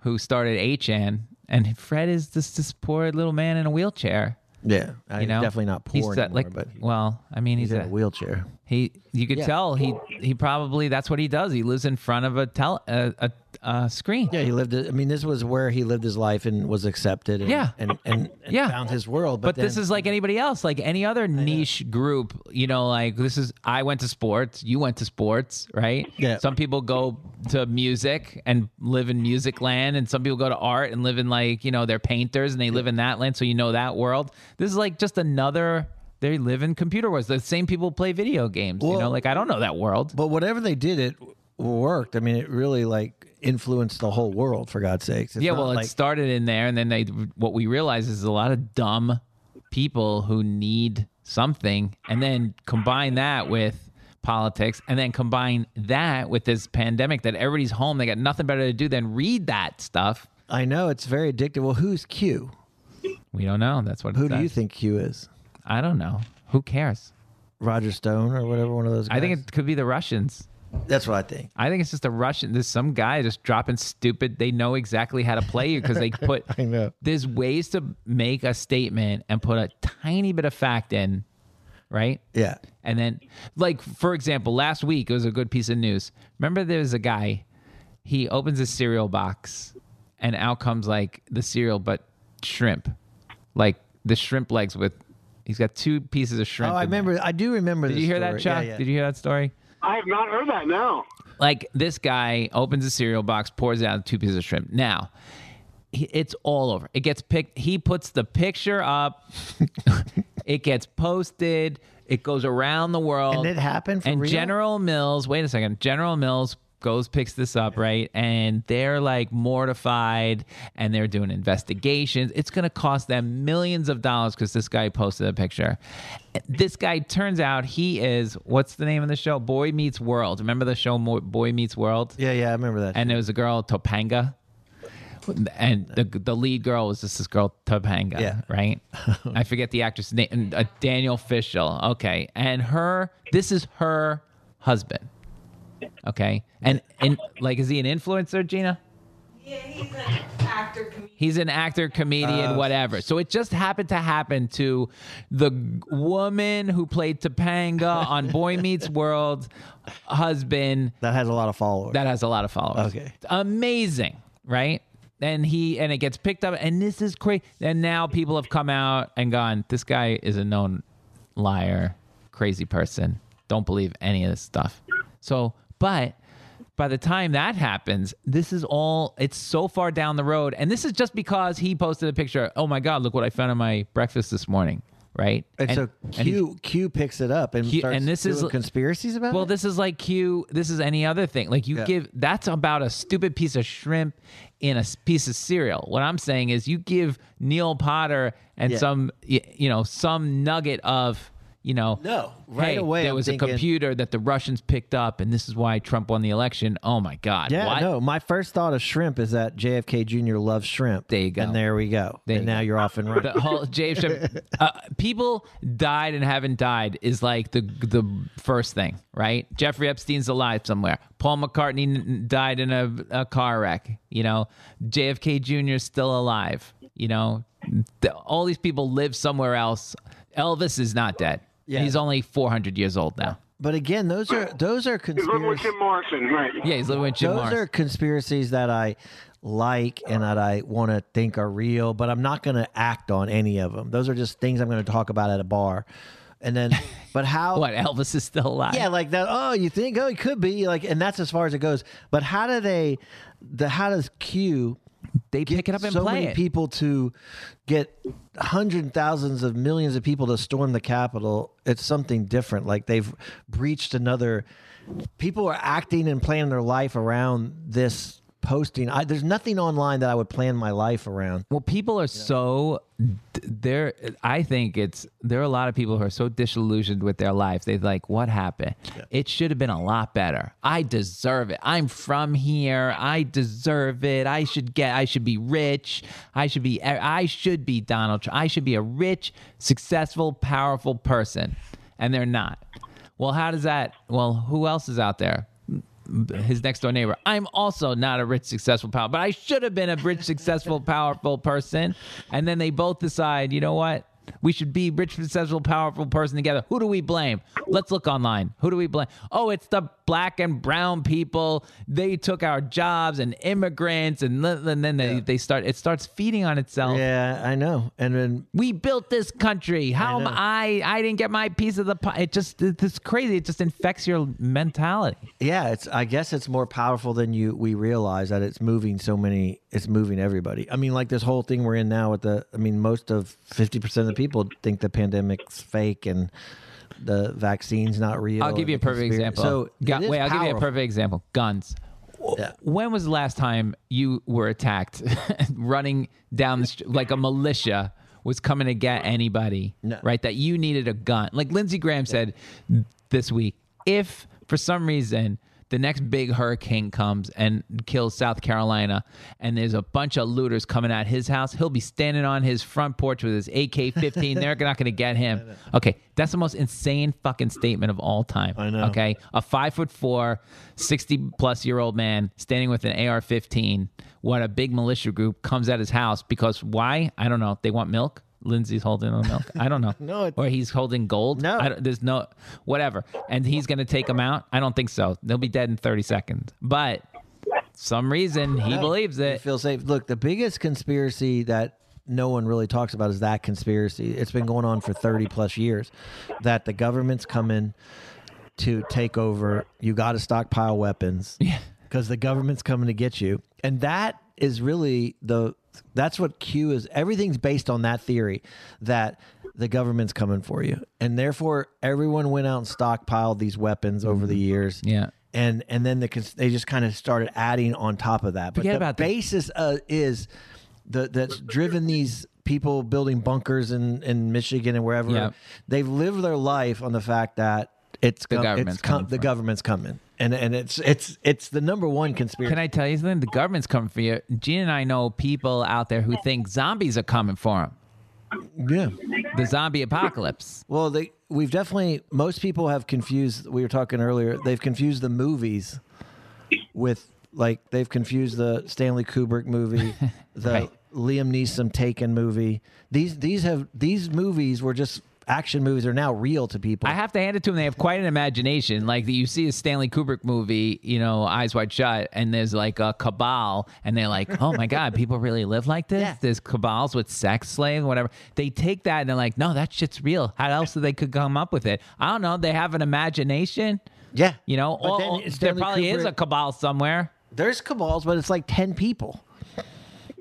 S8: who started HN, and Fred is this this poor little man in a wheelchair.
S7: Yeah,
S8: You know,
S7: Uh, he's definitely not poor
S8: He's
S7: anymore,
S8: that, like,
S7: but
S8: well, I mean, he's,
S7: he's in
S8: a,
S7: a wheelchair.
S8: he. You could
S7: Yeah.
S8: tell he he probably that's what he does. He lives in front of a tel a, a, a screen.
S7: Yeah, he lived. it- I mean, this was where he lived his life and was accepted. And,
S8: Yeah.
S7: and and, and
S8: Yeah.
S7: found his world. But,
S8: But this
S7: then-
S8: is like anybody else, like any other niche group, you know, like this is I went to sports, you went to sports, right?
S7: Yeah.
S8: Some people go to music and live in music land, and some people go to art and live in like, you know, they're painters and they live in that land, so you know that world. This is like just another they live in computer worlds. The same people play video games, you know,
S7: Well-
S8: like I don't know that world.
S7: But whatever they did, it w- worked. I mean, it really like influenced the whole world. For God's sakes. It's
S8: yeah,
S7: not
S8: well,
S7: like-
S8: it started in there, and then they what we realize is a lot of dumb people who need something, and then combine that with politics, and then combine that with this pandemic that everybody's home, they got nothing better to do than read that stuff.
S7: I know it's very addictive. Well, who's Q?
S8: We don't know. That's what. it
S7: Who do you
S8: says.
S7: think Q is?
S8: I don't know. Who cares?
S7: Roger Stone or whatever one of those. Guys?
S8: I think it could be the Russians.
S7: that's what I think.
S8: I think it's just a Russian. There's some guy just dropping stupid. They know exactly how to play you because they put.
S7: I know.
S8: There's ways to make a statement and put a tiny bit of fact in, right?
S7: Yeah,
S8: And then, like for example, last week it was a good piece of news. Remember, there's a guy. He opens a cereal box, and out comes like the cereal, but shrimp, like the shrimp legs with. He's got two pieces of shrimp.
S7: Oh, I
S8: in there.
S7: remember. I do remember.
S8: Did you hear that, Chuck? Did you hear that story?
S9: I have not heard that. No.
S8: like this guy opens a cereal box, pours out two pieces of shrimp. Now, he- it's all over. It gets picked. He puts the picture up. it gets posted. It goes around the
S7: And
S8: world.
S7: it happened for
S8: and
S7: real?
S8: General Mills. Wait a second. General Mills goes picks this up right, and they're like mortified, and they're doing investigations. It's going to cost them millions of dollars because this guy posted a picture. This guy turns out he is what's the name of the show? Boy Meets World. Remember the show Mo- Boy Meets World?
S7: Yeah, yeah, I remember that.
S8: and there was a girl Topanga, and the the lead girl was just this girl Topanga,
S7: Yeah.
S8: right? I forget the actress name, uh, Daniel Fishel. Okay, and her this is her husband. Okay, and and like is he an influencer, Gina? He's an actor, comedian,
S7: Oh.
S8: whatever. So it just happened to happen to the g- woman who played Topanga on Boy Meets World, husband,
S7: that has a lot of followers.
S8: that has a lot of followers.
S7: Okay.
S8: Amazing, right? And he and it gets picked up, and this is crazy. And now people have come out and gone. This guy is a known liar, crazy person. Don't believe any of this stuff. So, but by the time that happens, this is all. It's so far down the road, and this is just because he posted a picture. Oh my God! Look what I found in my breakfast this morning. Right.
S7: and, so
S8: and he's-
S7: Q Q picks it up and
S8: Q-
S7: starts
S8: and this is-
S7: doing conspiracies about
S8: well,
S7: it?
S8: this is like Q. This is any other thing. Like you
S7: Yeah.
S8: give that's about a stupid piece of shrimp in a s- piece of cereal. What I'm saying is you give Neil Potter and
S7: Yeah.
S8: some y- you know some nugget of you know
S7: No, right
S8: hey,
S7: away
S8: there
S7: I'm
S8: was
S7: thinking-
S8: a computer that the Russians picked up and this is why Trump won the election. Oh my God!
S7: Yeah,
S8: what?
S7: no. My first thought of shrimp is that JFK Jr. loves shrimp.
S8: There you go.
S7: And there we go.
S8: There
S7: and
S8: you
S7: now
S8: go.
S7: you're off and running.
S8: The whole James, Shep- uh, people died and haven't died is like the the first thing, right? Jeffrey Epstein's alive somewhere. Paul McCartney n- died in a, a car wreck. You know, JFK Jr. is still alive. You know, Th- all these people live somewhere else. Elvis is not dead.
S7: Yeah.
S8: He's only 400 years old now.
S7: but again, those are those are
S9: He's living with
S7: conspiracies.
S9: Jim Morrison, right?
S8: Yeah, he's living with Jim
S7: Those
S8: Mars.
S7: are conspiracies that I like and that I want to think are real, but I'm not going to act on any of them. Those are just things I'm going to talk about at a bar. And then, but how?
S8: what Elvis is still alive?
S7: Yeah, like that. Oh, you think? Oh, it could be like, and that's as far as it goes. But how do they? The how does Q
S8: they
S7: get
S8: pick it up and
S7: so
S8: play
S7: many
S8: it.
S7: people to get hundreds and thousands of millions of people to storm the Capitol? It's something different. Like they've breached another. People are acting and planning their life around this posting. I, there's nothing online that I would plan my life around.
S8: Well, people are so they're. I think it's there are a lot of people who are so disillusioned with their life. They're like, "What happened? It should have been a lot better. I deserve it. I'm from here. I deserve it. I should get. I should be rich. I should be. e, I should be Donald. Trump. I should be a rich, successful, powerful person." And they're not. Well, how does that? Well, who else is out there? his next door neighbor. I'm also not a rich, successful, powerful, but I should have been a rich, successful, powerful person. And then they both decide, you know what? We should be rich, successful, powerful person together. Who do we blame? Let's look online. Who do we blame? Oh, it's the black and brown people. They took our jobs and immigrants, and, li- and then they, they start. It starts feeding on itself.
S7: Yeah, I know. And then
S8: We built this country. How
S7: I
S8: am
S7: know.
S8: I? I didn't get my piece of the pie. It just it's crazy. It just infects your mentality.
S7: yeah, it's I guess it's more powerful than you we realize that it's moving so many it's moving everybody. I mean, like this whole thing we're in now with the I mean, most of fifty percent of the people think the pandemic's fake and the vaccine's not real.
S8: I'll give
S7: and
S8: you a
S7: the
S8: perfect
S7: conspira-
S8: example.
S7: So
S8: Gun-
S7: it is
S8: wait, I'll give you a
S7: powerful.
S8: perfect example. Guns. W-
S7: Yeah.
S8: When was the last time you were attacked running down the street like a militia was coming to get anybody?
S7: No.
S8: Right? That you needed a gun. Like Lindsey Graham said this week, if for some reason the next big hurricane comes and kills South Carolina, and there's a bunch of looters coming at his house. He'll be standing on his front porch with his AK 15. They're not going to get him. Okay. That's the most insane fucking statement of all time.
S7: I know.
S8: Okay. A five foot four, 60 plus year old man standing with an AR 15 when a big militia group comes at his house because why? I don't know. They want milk. Lindsay's holding on milk. I don't know.
S7: No, it-
S8: or he's holding gold.
S7: No.
S8: I don't- there's no whatever. And he's going to take them out. I don't think so. They'll be dead in 30 seconds. But some reason he believes
S7: I
S8: it.
S7: feel safe. Look, the biggest conspiracy that no one really talks about is that conspiracy. It's been going on for 30 plus years that the government's coming to take over. You got to stockpile weapons because the government's coming to get you. And that is really the that's what Q is. Everything's based on that theory that the government's coming for you. And therefore, everyone went out and stockpiled these weapons over the years
S8: Mm-hmm. Yeah.
S7: and and then the cons- they just kind of started adding on top of that. But
S8: Forget
S7: the
S8: about the-
S7: basis uh, is the that's driven these people building bunkers in in Michigan and wherever
S8: Yeah.
S7: they've lived their life on the fact that it's the
S8: government's
S7: it's com-
S8: coming for
S7: the
S8: it.
S7: government's coming. And, and it's it's it's the number one conspiracy.
S8: Can I tell you something? The government's coming for you. Gina and I know people out there who think zombies are coming for them.
S7: yeah.
S8: The zombie apocalypse.
S7: Well, they we've definitely most people have confused. We were talking earlier. They've confused the movies with like they've confused the Stanley Kubrick movie, the
S8: Right.
S7: Liam Neeson Taken movie. These these have these movies were just action movies are now real to people.
S8: I have to hand it to them. They have quite an imagination. Like you see a Stanley Kubrick movie, you know, Eyes Wide Shut, and there's like a cabal, and they're like, "Oh my God, people really live like this." There's cabals with sex slaves, whatever. They take that and they're like, "No, that shit's real." How else did they could come up with it? I don't know. They have an imagination,
S7: yeah,
S8: you know.
S7: But
S8: All-
S7: then
S8: all- there
S7: Stanley
S8: probably is
S7: Kubrick-
S8: a cabal somewhere.
S7: there's cabals, but it's like ten people,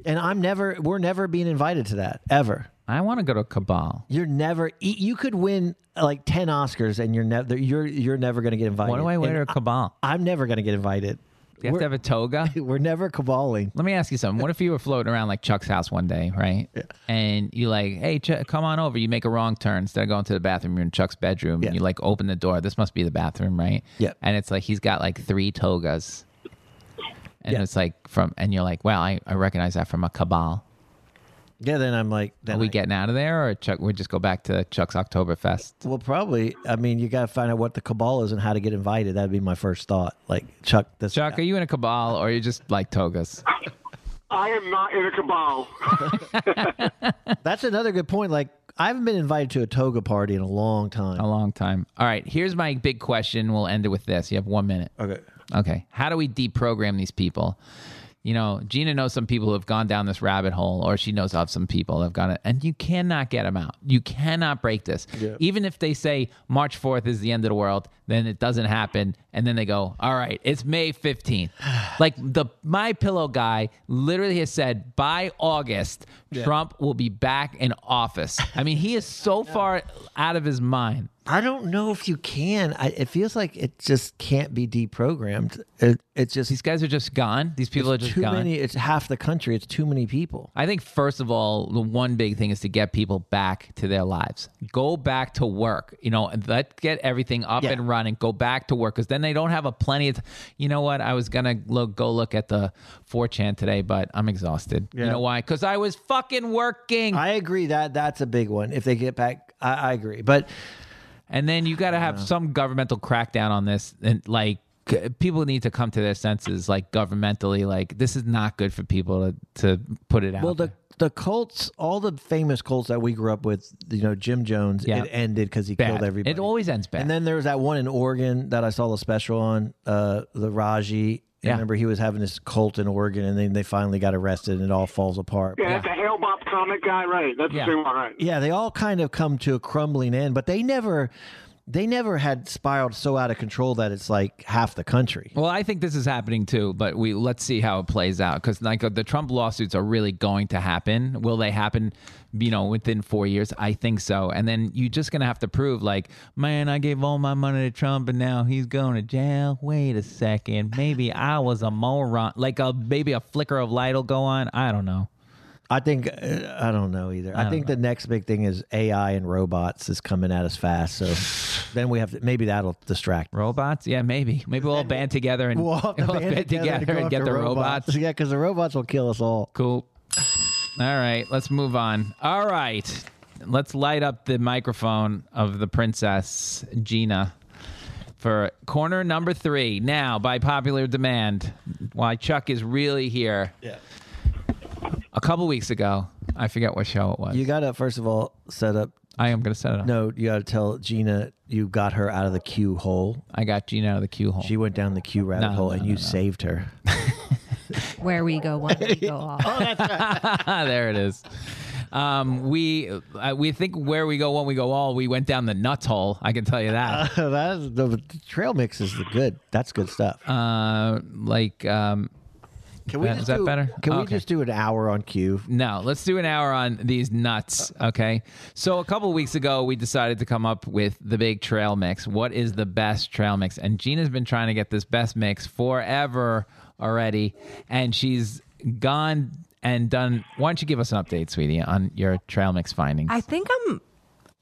S7: and I'm never we're never being invited to that ever.
S8: I want to go to a cabal.
S7: You're never e- you could win uh, like ten Oscars and you're never you're you're never gonna get invited.
S8: What do I wear to a
S7: Oh, And
S8: cabal?
S7: I'm never gonna get invited.
S8: Do you have to have a toga?
S7: We're never caballing.
S8: Let me ask you something. What if you were floating around like Chuck's house one day, right? And you like, hey, Chuck, come on over. You make a wrong turn. Instead of going to the bathroom, you're in Chuck's bedroom.
S7: Yeah.
S8: And you like open the door. This must be the bathroom, right?
S7: Yeah.
S8: And it's like he's got like three togas. And
S7: Yeah.
S8: it's like from, and you're like, wow, I, I recognize that from a cabal.
S7: Yeah, then I'm like, then
S8: Are we
S7: I-
S8: getting out of there or Chuck, we just go back to Chuck's Oktoberfest?
S7: Well, probably. I mean, you got to find out what the cabal is and how to get invited. That'd be my first thought. Like, Chuck, this.
S8: Chuck, are you in a cabal or are you just like togas?
S9: I am not in a cabal.
S7: That's another good point. Like, I haven't been invited to a toga party in a long time.
S8: A long time. All right, here's my big question. We'll end it with this. You have one minute.
S7: Okay.
S8: Okay. How do we deprogram these people? You know, Gina knows some people who have gone down this rabbit hole, or she knows of some people that have gone, and you cannot get them out. You cannot break this. Even if they say March 4th is the end of the world, then it doesn't happen. And then they go, all right, it's May 15th. like the My Pillow guy literally has said by August, Trump will be back in office. I mean, he is so far out of his mind.
S7: I don't know if you can. I, it feels like it just can't be deprogrammed. It, it's just
S8: These guys are just gone. These people are just
S7: too
S8: gone.
S7: many. It's half the country. It's too many people.
S8: I think first of all, the one big thing is to get people back to their lives. Go back to work. You know, and let get everything up
S7: Yeah.
S8: and running. Go back to work because then they don't have a plenty of. T- you know what? I was gonna look, go look at the 4chan today, but I'm exhausted. You
S7: Yeah.
S8: know why? Because I was fucking working.
S7: I agree that that's a big one. If they get back, I, I agree. But
S8: and then you got to have some governmental crackdown on this, and like. c- People need to come to their senses, like governmentally. Like this is not good for people to, to put it out.
S7: well,
S8: there.
S7: the the Colts, all the famous Colts that we grew up with, you know, Jim Jones,
S8: Yeah.
S7: it ended because he
S8: Bad.
S7: killed everybody.
S8: It always ends bad.
S7: And then there was that one in Oregon that I saw the special on, uh, the Raji. I
S8: Yeah.
S7: remember he was having this cult in Oregon, and then they finally got arrested, and it all falls apart.
S9: Yeah, that's the Hale Bob comic guy, right? That's
S8: Yeah.
S9: the same one, right?
S7: yeah they all kind of come to a crumbling end but they never they never had spiraled so out of control that it's like half the country
S8: Well, I think this is happening too, but we let's see how it plays out because like the Trump lawsuits are really going to happen. Will they happen? You know, within four years, I think so. And then you're just gonna have to prove, like, man, I gave all my money to Trump, and now he's going to jail. Wait a second, maybe I was a moron. Like a maybe a flicker of light will go on. I don't know.
S7: i think uh, i don't know either i, think the next big thing is ai and robots is coming at us fast so then we have to maybe that'll distract
S8: Robots? Yeah, maybe. Maybe we'll all band together and
S7: We'll all have to band together to go
S8: and get
S7: after
S8: the robots.
S7: yeah because the robots will kill us all
S8: Cool. All right, let's move on. All right, let's light up the microphone of the princess Gina for corner number three. Now, by popular demand, why Chuck is really here. Yeah. A couple weeks ago, I forget what show it was.
S7: you gotta first of all set up
S8: I am gonna set it up.
S7: no you gotta tell gina you got her out of the queue hole
S8: I got Gina out of the queue hole.
S7: she went down the queue rabbit
S8: No,
S7: hole
S8: no,
S7: and
S8: no,
S7: you
S8: no.
S7: saved her
S4: Where we go one, we go all.
S8: there it is. Um, we uh, we think where we go when we go all. We went down the nuts hole. I can tell you that.
S7: that's the trail mix is the good that's good stuff
S8: Uh, like um,
S7: Can we
S8: Is
S7: just
S8: that
S7: do,
S8: better? Oh,
S7: Can we
S8: Okay.
S7: just do an hour on cue?
S8: No, let's do an hour on these nuts, okay? So a couple weeks ago, we decided to come up with the big trail mix. What is the best trail mix? And Gina's been trying to get this best mix forever already, and she's gone and done. Why don't you give us an update, sweetie, on your trail mix findings?
S10: I think I'm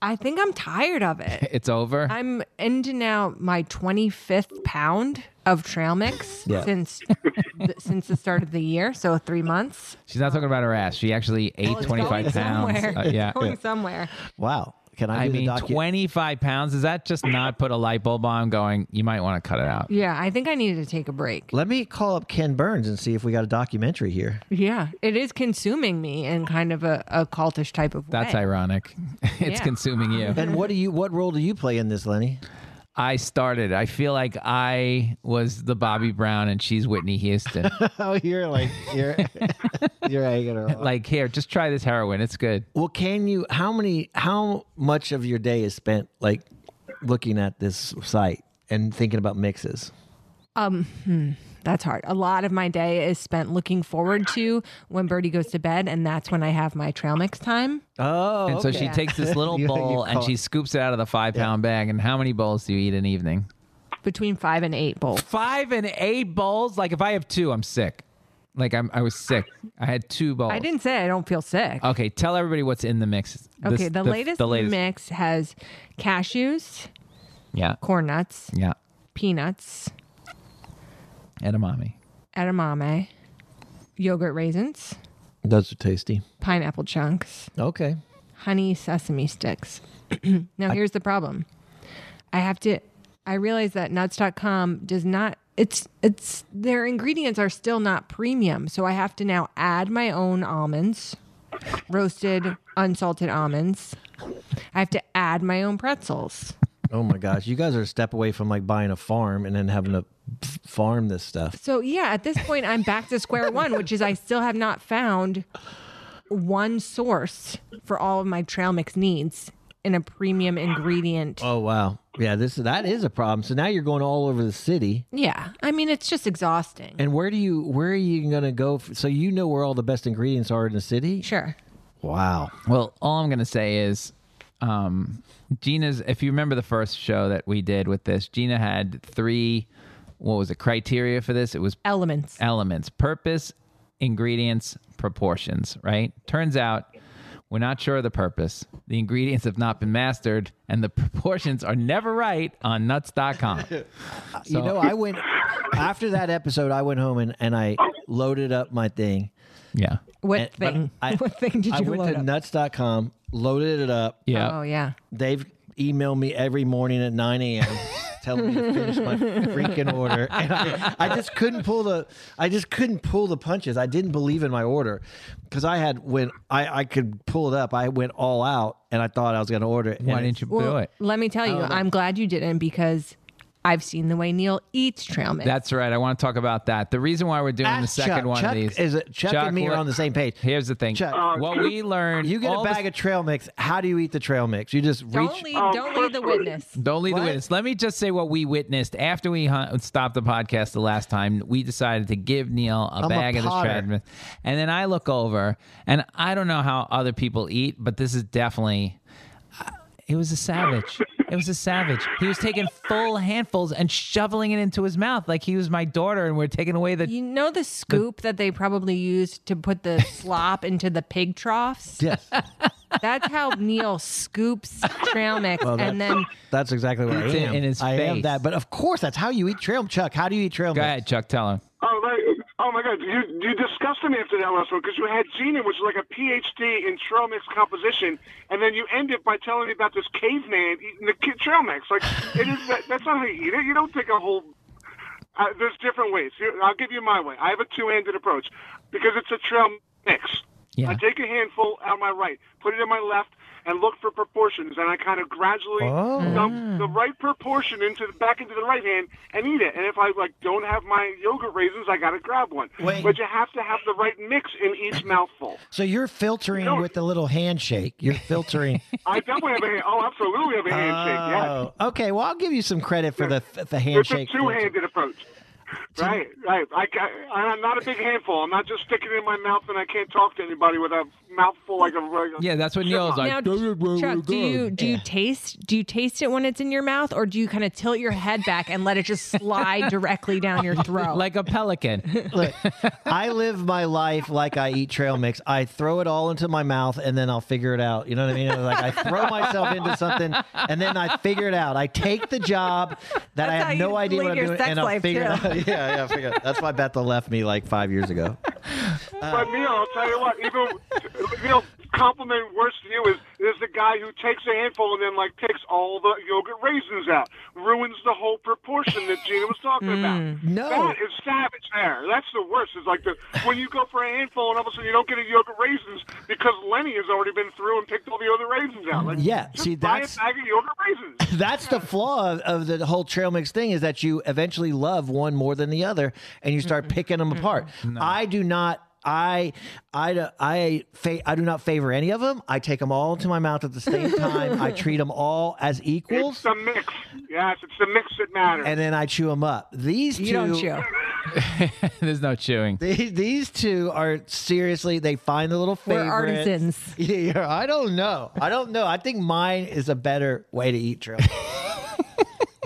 S10: I think I'm tired of it.
S8: it's over.
S10: I'm into now my 25th pound of trail mix
S7: Yeah.
S10: since th- since the start of the year, so 3 months.
S8: she's not talking about her ass. She actually ate
S10: Well, it's
S8: 25
S10: going
S8: pounds.
S10: Somewhere.
S8: Uh, yeah.
S10: It's going somewhere.
S7: Wow. Can I,
S8: I
S7: do
S8: mean,
S7: the docu-
S8: 25 pounds. Does that just not put a light bulb on going, you might want to cut it out?
S10: Yeah, I think I needed to take a break.
S7: Let me call up Ken Burns and see if we got a documentary here.
S10: Yeah, it is consuming me in kind of a, a cultish type of way.
S8: That's ironic. it's
S10: Yeah.
S8: consuming you.
S7: And what do you? What role do you play in this, Lenny?
S8: I started. I feel like I was the Bobby Brown and she's Whitney Houston.
S7: Oh, you're like you're you're hanging around.
S8: like, here, just try this heroin. It's good.
S7: well, can you? How many? How much of your day is spent like looking at this site and thinking about mixes?
S10: That's hard. A lot of my day is spent looking forward to when Birdie goes to bed, and that's when I have my trail mix time.
S7: Oh,
S8: And so she takes this little
S7: You- you
S8: bowl and
S7: call-
S8: she scoops it out of the five pound bag. And how many bowls do you eat an evening?
S10: Between five and eight bowls.
S8: Five and eight bowls? Like, if I have two, I'm sick. Like, I'm, I was sick. I had two bowls.
S10: I didn't say I don't feel sick.
S8: Okay, tell everybody what's in the mix. Oh, This-
S10: Okay, the, latest
S8: The latest.
S10: mix has cashews,
S8: Yeah.
S10: corn nuts,
S8: Yeah.
S10: peanuts,
S8: Edamame.
S10: edamame, yogurt raisins,
S7: Those are tasty.
S10: pineapple chunks,
S7: Okay.
S10: honey sesame sticks. now here's the problem. I have to I realize that nuts.com does not it's it's their ingredients are still not premium, so I have to now add my own almonds roasted unsalted almonds. I have to add my own pretzels.
S7: Oh my gosh, you guys are a step away from like buying a farm and then having to f- farm this stuff.
S10: So yeah, at this point I'm back to square one, which is I still have not found one source for all of my trail mix needs in a premium ingredient.
S7: Oh wow, yeah, this that is a problem. So now you're going all over the city,
S10: Yeah. I mean it's just exhausting.
S7: and where do you where are you going to go? f so you know where all the best ingredients are in the city.
S10: Sure.
S7: Wow.
S8: Well, all I'm gonna say is, um, Gina's. If you remember the first show that we did with this, Gina had three. What was the criteria for this? It was
S10: Elements.
S7: Uh,
S8: elements, purpose, ingredients, proportions. Right. Turns out. We're not sure of the purpose. The ingredients have not been mastered, and the proportions are never right on nuts.com.
S7: You know, I went after that episode. I went home and, and I loaded up my thing.
S8: Yeah.
S10: What
S7: And- but
S10: thing?
S7: I-
S10: what thing did
S7: I
S10: you
S7: went
S10: load
S7: to
S10: up?
S7: nuts.com, loaded it up.
S8: Yeah.
S10: Oh yeah.
S7: They've emailed me every morning at 9 a.m. telling me to finish my freaking order, and I, I just couldn't pull the I just couldn't pull the punches. I didn't believe in my order because I had when I I could pull it up. I went all out, and I thought I was going to order it.
S8: Why
S7: and
S8: didn't you do
S10: Well,
S8: it?
S10: let me tell you, I'm glad you didn't because I've seen the way Neil eats trail mix.
S8: That's right. I want to talk about that. The reason why we're doing the
S7: Ask
S8: second
S7: Chuck.
S8: one
S7: Chuck
S8: of these
S7: is it, Chuck, and me are
S8: what-
S7: on the same page.
S8: Here's the thing.
S7: Chuck.
S8: what we learned.
S7: You get a
S8: all the-
S7: bag of trail mix. How do you eat the trail mix? You just
S10: don't
S7: reach.
S10: lead,
S9: Oh,
S10: don't lead the
S9: first-
S10: witness.
S8: Don't lead
S7: What?
S8: the witness. Let me just say what we witnessed after we hun- stopped the podcast the last time. We decided to give Neil a
S7: a
S8: bag of this
S7: potter.
S8: treadmill, and then I look over, and I don't know how other people eat, but this is definitely. uh, It was a savage. It was a savage. He was taking full handfuls and shoveling it into his mouth like he was my daughter, and we're taking away the
S10: You know the scoop that they probably used to put the slop into the pig troughs?
S7: Yes,
S10: That's how Neil scoops trail mix and then
S7: Oh, that's exactly what I
S8: It's in-
S7: am.
S8: in his
S7: I am
S8: face.
S7: that, but of course, that's how you eat trail. Chuck, how do you eat trail
S8: Go
S7: mix?
S8: ahead, Chuck. Tell him.
S9: Oh, that, oh my God! You you disgusted me after that last one because you had Gina, which is like a PhD in trail mix composition, and then you end it by telling me about this caveman eating the ki- trail mix. Like it is that, that's not how you eat it. You don't take a whole. Uh, there's different ways. Here, I'll give you my way. I have a two-handed approach because it's a trail mix.
S8: Yeah.
S9: I take a handful out of my right, put it in my left, and look for proportions. And I kind of gradually
S7: Oh.
S9: dump the right proportion into the back into the right hand and eat it. And if I like don't have my yogurt raisins, I gotta grab one.
S7: Wait.
S9: But you have to have the right mix in each mouthful.
S7: So you're filtering
S9: No.
S7: with the little handshake. You're filtering.
S9: I definitely have a hand. Oh, absolutely have a handshake.
S7: oh, okay. Well, I'll give you some credit for the the
S9: Yeah, it's a
S7: handshake.
S9: two-handed approach. Right, right. I, I, I'm not a big handful. I'm not just sticking it in my mouth and I can't talk to anybody with a mouthful like a. Like a
S8: Yeah, that's what Neil's like.
S10: now Chuck, do you do you taste do you taste it when it's in your mouth or do you kind of tilt your head back and let it just slide directly down your throat?
S8: like a pelican.
S7: Look, I live my life like I eat trail mix. I throw it all into my mouth and then I'll figure it out. You know what I mean? Like I throw myself into something and then I figure it out. I take the job that I
S10: how
S7: have no
S10: you
S7: idea what
S10: lead
S7: I'm
S10: your
S7: doing
S10: sex
S7: and I'll
S10: life,
S7: figure it
S10: too.
S7: out. Yeah, yeah, figure it out. That's why Bethel left me like five years ago.
S9: But Neil, I'll tell you what, even Neil compliment worse to you is is the guy who takes a handful and then like takes all the yogurt raisins out, ruins the whole proportion that Gina was talking
S10: Mm,
S9: about.
S7: no.
S9: that is savage. There, that's the worst. Is like the when you go for a handful and all of a sudden you don't get a yogurt raisins because Lenny has already been through and picked all the other raisins out. Like,
S7: Yeah,
S9: just
S7: see,
S9: buy
S7: that's-
S9: a bag of yogurt raisins.
S7: That's the flaw of, of the whole trail mix thing is that you eventually love one more than the other and you start
S10: Mm-hmm.
S7: picking them apart. I do not. I I do- I fa- I do not favor any of them. I take them all into my mouth at the same time. I treat them all as
S9: It's
S7: equals,
S9: the mix. Yes, it's the mix that matters.
S7: and then I chew them up. These
S10: you
S7: two,
S10: don't chew.
S8: There's no chewing.
S7: These, these two are seriously. They find the little
S10: We're
S7: favorite.
S10: artisans.
S7: Yeah, yeah, I don't know. I don't know. I think mine is a better way to eat trail.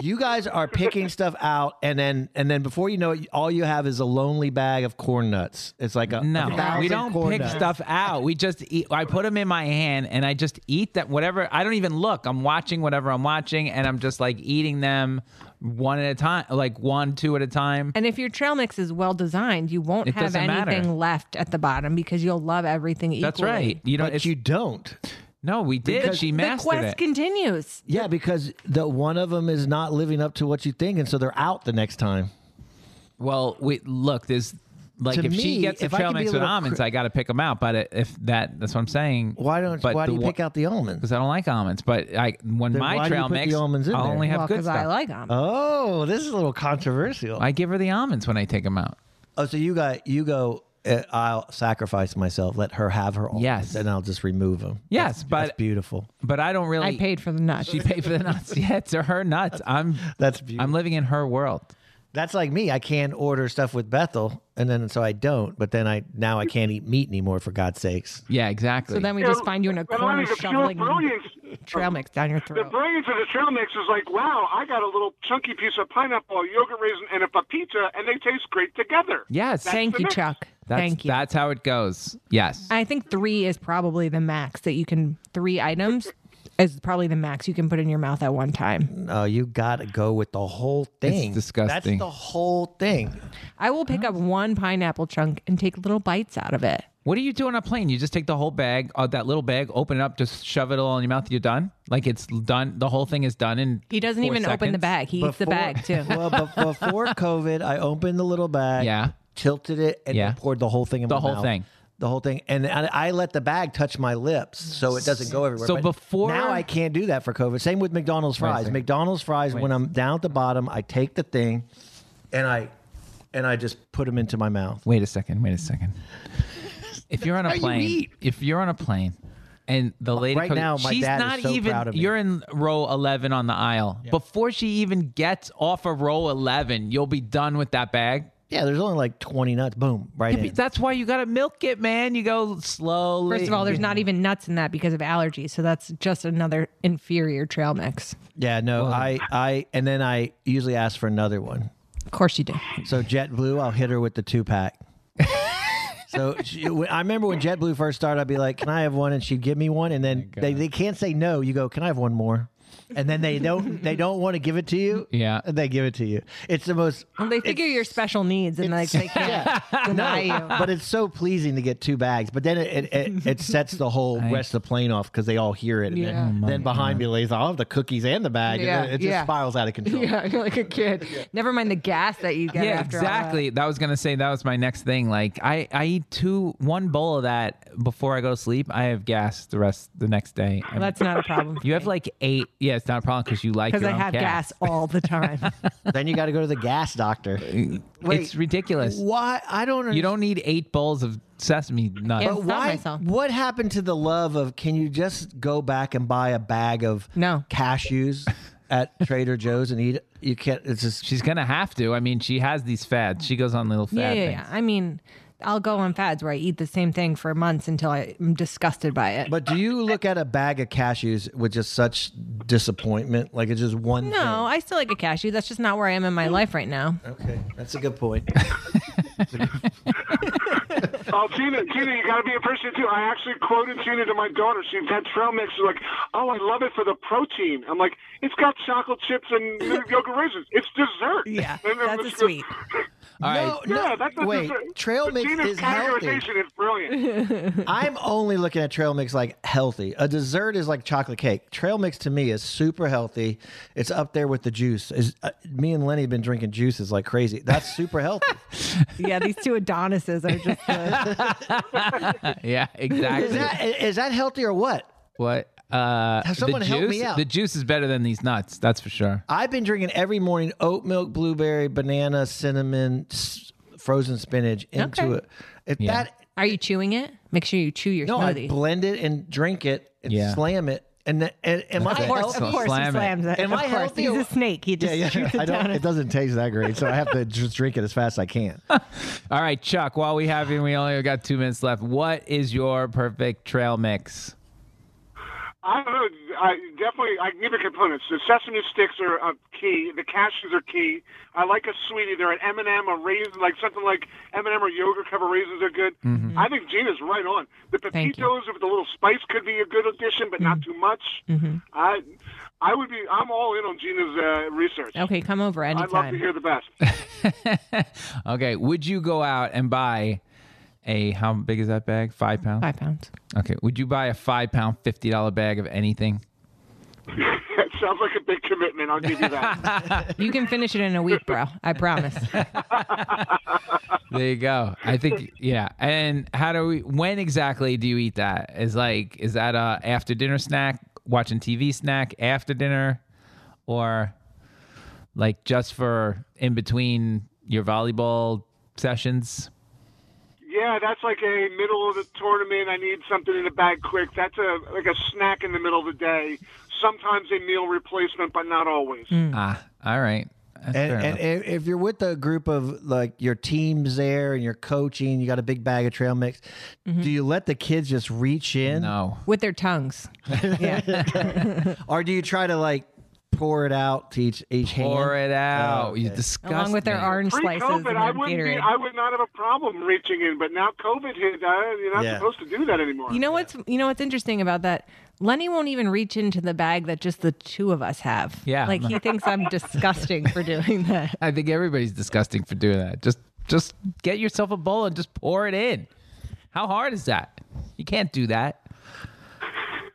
S7: you guys are picking stuff out, and then and then before you know it, all you have is a lonely bag of corn nuts. It's like a a
S8: No,
S7: thousand
S8: we don't
S7: corn
S8: pick
S7: nuts.
S8: stuff out. We just eat. I put them in my hand and I just eat that whatever. I don't even look. I'm watching whatever I'm watching and I'm just like eating them one at a time, like one, two at a time.
S10: And if your trail mix is well designed, you won't
S8: It
S10: have
S8: doesn't
S10: anything
S8: matter.
S10: left at the bottom because you'll love everything equally.
S8: That's right. You don't.
S7: But
S8: It's,
S7: you don't.
S8: no, we did. She
S10: The
S8: mastered
S10: quest
S8: it.
S10: continues.
S7: Yeah, because the one of them is not living up to what you think, and so they're out the next time.
S8: well, we look. There's like
S7: To
S8: if she
S7: me,
S8: gets the
S7: if I
S8: trail
S7: could be
S8: mix
S7: a
S8: with
S7: little
S8: almonds,
S7: cri-
S8: I got to pick them out. But it- if that, that's what I'm saying.
S7: Why don't?
S8: But
S7: why do
S8: the
S7: you
S8: wa-
S7: pick out the almonds?
S8: Because I don't like almonds, but I when
S7: Then
S8: my
S7: why do you
S8: trail
S7: put the
S8: mix,
S7: almonds in
S8: I'll
S7: there?
S8: only have good
S10: because
S8: stuff.
S10: I like them.
S7: Oh, this is a little controversial.
S8: I give her the almonds when I take them out.
S7: oh, so you got you go. uh, I'll sacrifice myself. Let her have her almonds.
S8: Yes.
S7: and I'll just remove them.
S8: Yes,
S7: that's,
S8: but-
S7: that's beautiful.
S8: But I don't really.
S10: I paid for the nuts.
S8: She paid for the nuts. Yeah, it's her nuts. I'm
S7: That's beautiful.
S8: I'm living in her world.
S7: That's like me. I can order stuff with Bethel, and then so I don't. But then I now I can't eat meat anymore. For God's sakes.
S8: Yeah, exactly.
S10: So then we
S9: Yeah,
S10: just find you in a
S9: and I
S10: corner
S9: mean, the pure
S10: shoveling
S9: brilliance-
S10: trail mix down your
S9: The
S10: throat.
S9: brilliance of the trail mix is like, wow, I got a little chunky piece of pineapple, a yogurt raisin, and a papita, and they taste great together.
S8: yes,
S10: Thank you, Chuck.
S8: That's,
S10: Thank you.
S8: That's how it goes. Yes.
S10: I think three is probably the max that you can. Three items is probably the max you can put in your mouth at one time.
S7: No, Uh, you gotta go with the whole thing.
S8: disgusting.
S7: That's the whole thing.
S10: I will pick up one pineapple chunk and take little bites out of it.
S8: what do you do on a plane? You just take the whole bag, uh, that little bag, open it up, just shove it all in your mouth. You're done. Like it's done. The whole thing is done. And
S10: He doesn't even open the bag. He eats the bag too.
S7: well, be- before COVID, I opened the little bag.
S8: Yeah.
S7: Tilted it and
S8: Yeah.
S7: then poured the whole thing in
S8: The
S7: my
S8: whole
S7: mouth.
S8: thing.
S7: The whole thing, and I, I let the bag touch my lips, so it doesn't go everywhere.
S8: So
S7: But
S8: before-
S7: now, I can't do that for COVID. Same with McDonald's
S8: Wait a
S7: fries.
S8: second.
S7: McDonald's fries, when I'm down at the bottom, I take the thing, and I, and I just put them into my mouth.
S8: Wait a second. Wait a second. If you're on a plane, if you're on a plane, and the lady
S7: right
S8: comes,
S7: now, my
S8: she's
S7: dad is
S8: not
S7: so
S8: even.
S7: proud of me.
S8: You're in row eleven on the aisle. Before she even gets off of row eleven, you'll be done with that bag.
S7: Yeah, there's only like 20 nuts. Boom, right in.
S8: That's why you gotta milk it, man. You go slowly.
S10: First of all, there's not even nuts in that because of allergies, so that's just another inferior trail mix.
S7: Yeah, no, I, I, and then I usually ask for another one.
S10: Of course you do.
S7: So JetBlue, I'll hit her with the two pack. so she, when- I remember when JetBlue first started, I'd be like, "Can I have one?" and she'd give me one, and then they, they can't say no. You go, "Can I have one more?" And then they don't they don't want to give it to you.
S8: Yeah.
S7: and they give it to you. It's the most.
S10: They figure your special needs and like they can't deny you.
S7: But it's so pleasing to get two bags. But then it it, it, it sets the whole rest of the plane off because they all hear it. And
S10: Yeah. Oh
S7: then, then behind me lays, "I'll have the cookies and the bag."
S10: Yeah,
S7: And then it just
S10: yeah.
S7: spirals out of control.
S10: Yeah, you're like a kid. Never mind the gas that you get.
S8: yeah,
S10: after all that.
S8: exactly. That. was gonna say that was my next thing. Like I, I eat two, one bowl of that before I go to sleep. I have gas the rest the next day. I'm-
S10: Well, that's not a problem.
S8: you have like eight. Yeah, it's not a problem because you like
S10: because
S8: your
S10: I
S8: own
S10: have gas all the time.
S7: then you got to go to the gas doctor. Wait,
S8: It's ridiculous.
S7: Why? I don't.
S8: You don't need eight bowls of sesame nuts.
S10: Yeah.
S7: But
S10: Stop
S7: why?
S10: myself.
S7: What happened to the love of? Can you just go back and buy a bag of
S10: No.
S7: cashews at Trader Joe's and eat? it? You can't. It's just
S8: She's gonna have to. I mean, she has these fads. She goes on little fad
S10: yeah, yeah,
S8: things.
S10: yeah. I mean, I'll go on fads where I eat the same thing for months until I'm disgusted by it.
S7: But do you look at a bag of cashews with just such disappointment? Like it's just one.
S10: no, I still like a cashew. That's just not where I am in my life right now.
S7: Thing? Okay, that's a good point.
S9: Oh, Tina, Tina, you got to be a person too. I actually quoted Tina to my daughter. She's had trail mix. She's like, "Oh, I love it for the protein." I'm like, "It's got chocolate chips and yogurt raisins. It's dessert."
S10: Yeah,
S9: And then
S10: that's a
S9: it's-
S10: sweet.
S8: All right.
S7: No,
S9: Yeah,
S7: no.
S9: that's a
S7: wait,
S9: dessert.
S7: trail
S9: But
S7: mix
S9: Tina's
S7: is healthy.
S9: categorization is brilliant.
S7: I'm only looking at trail mix like healthy. A dessert is like chocolate cake. Trail mix to me is super healthy. It's up there with the juice. Is uh, me and Lenny have been drinking juices like crazy. That's super healthy.
S10: Yeah, these two Adonises are just. The,
S8: Yeah,
S7: is
S8: exactly.
S7: that is that healthy or what?
S8: what? Uh, the
S7: someone
S8: juice,
S7: help me out.
S8: The juice is better than these nuts. That's for sure.
S7: I've been drinking every morning oat milk, blueberry, banana, cinnamon, s- frozen spinach into
S10: Okay.
S7: it. If
S8: Yeah.
S7: that
S10: are you chewing it? Make sure you chew your
S7: no, I
S10: smoothie.
S7: blend it and drink it and
S8: Yeah.
S7: slam it. And the, and am I
S8: Of
S10: course,
S7: healthy?
S10: of course,
S8: Slam it.
S10: he slams it.
S7: Am
S10: of
S7: I
S10: course.
S7: healthy
S10: He's
S7: or-
S10: a snake. He just
S7: Yeah, yeah.
S10: chews it
S7: I
S10: down.
S7: don't, it doesn't taste that great, so I have to just drink it as fast as I can.
S8: All right, Chuck, while we have you, we only got two minutes left. What is your perfect trail mix?
S9: I don't know. I definitely. I can give you components. The sesame sticks are uh, key. The cashews are key. I like a sweetie. They're an M and M, a raisin, like something like M and M or yogurt covered raisins are good. I think Gina's right on. The
S10: Thank you. Mm-hmm.
S9: pepitos with a little spice could be a good addition, but not too much. I, I would be. I'm all in on Gina's uh, research.
S10: Okay, come over
S9: I'd love to
S10: anytime.
S9: hear the best.
S8: Okay, would you go out and buy a how big is that bag? Five pounds.
S10: Five pounds.
S8: Okay, would you buy a five pound fifty dollar bag of anything?
S9: That's sounds like a big commitment. I'll give you that.
S10: You can finish it in a week, bro. I promise.
S8: There you go. I think yeah. And how do we? When exactly do you eat that? Is like is that a after dinner snack, watching TV snack after dinner, or like just for in between your volleyball sessions?
S9: yeah, that's like a middle of the tournament. I need something in the bag quick. That's a like a snack in the middle of the day. Sometimes a meal replacement, but not always.
S10: Mm.
S8: Ah, all right. That's fair
S7: And,
S8: enough.
S7: and if if you're with a group of like your teams there and you're coaching, you got a big bag of trail mix.
S10: Mm-hmm.
S7: Do you let the kids just reach in,
S8: no.
S10: With their tongues. Yeah.
S7: or do you try to like pour it out to each each
S8: Pour
S7: hand?
S8: it out.
S7: Oh, okay.
S8: You disgust
S10: Along with their
S8: me.
S10: orange
S9: Pre
S10: slices and
S9: COVID, I
S10: their
S9: wouldn't be,
S10: Gatorade.
S9: I would not have a problem reaching in, but now COVID hit. Uh, you're not
S7: Yeah.
S9: supposed to do that anymore.
S10: You know what's you know what's interesting about that? Lenny won't even reach into the bag that just the two of us have.
S8: Yeah.
S10: Like he thinks I'm disgusting for doing that.
S8: I think everybody's disgusting for doing that. Just just get yourself a bowl and just pour it in. How hard is that? You can't do that.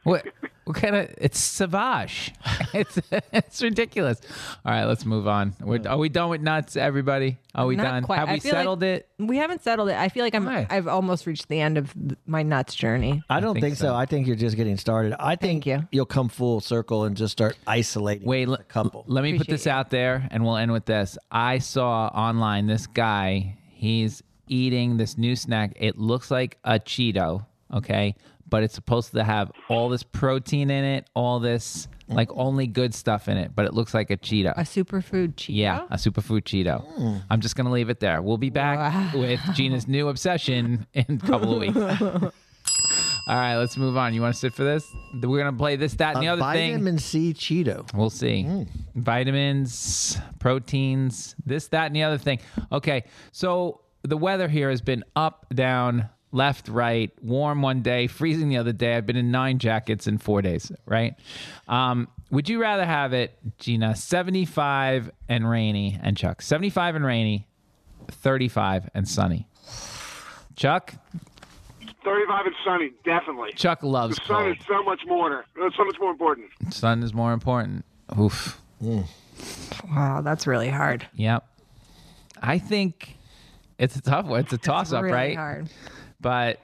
S8: What what kind of it's savage. It's it's ridiculous. All right, let's move on. We're, are we done with nuts, everybody? Are we
S10: Not
S8: done?
S10: quite.
S8: Have
S10: I
S8: we
S10: feel like-
S8: settled it?
S10: We haven't settled it. I feel like I'm
S8: Why?
S10: I've almost reached the end of th- my nuts journey.
S7: I don't
S8: think
S7: think, so.
S8: so.
S7: I think you're just getting started. I think
S10: you.
S7: will come full circle and just start isolating.
S8: Wait,
S7: a
S8: le-
S7: couple.
S8: let me put this out there and we'll end with this. I saw online this guy, he's eating this new snack. It looks like a Cheeto, okay? But it's supposed to have all this protein in it, all this like only good stuff in it, but it looks like a Cheeto.
S10: A superfood cheat.
S8: yeah, a superfood Cheeto.
S7: Hmm.
S8: I'm just going to leave it there. We'll be back with Gina's new obsession in a couple of weeks. All right, let's move on. You want to sit for this? We're going to play this, that, and the
S7: A
S8: other thing.
S7: Uh, vitamin C Cheeto.
S8: We'll see. Vitamins, proteins, this, that, and the other thing. Okay. So the weather here has been up, down, left, right, warm one day, freezing the other day. I've been in nine jackets in four days, right? Um, would you rather have it, Gina, 75 and rainy, and Chuck, 75 and rainy, 35 and sunny? Chuck?
S9: 35 and sunny, definitely.
S8: Chuck
S9: the
S8: loves
S9: sun
S8: cold.
S9: is so much more. It's so much more important.
S8: Sun is more important. Oof.
S10: Wow, that's really hard.
S8: Yep. I think it's a tough one. It's a toss up,
S10: really
S8: right?
S10: hard.
S8: But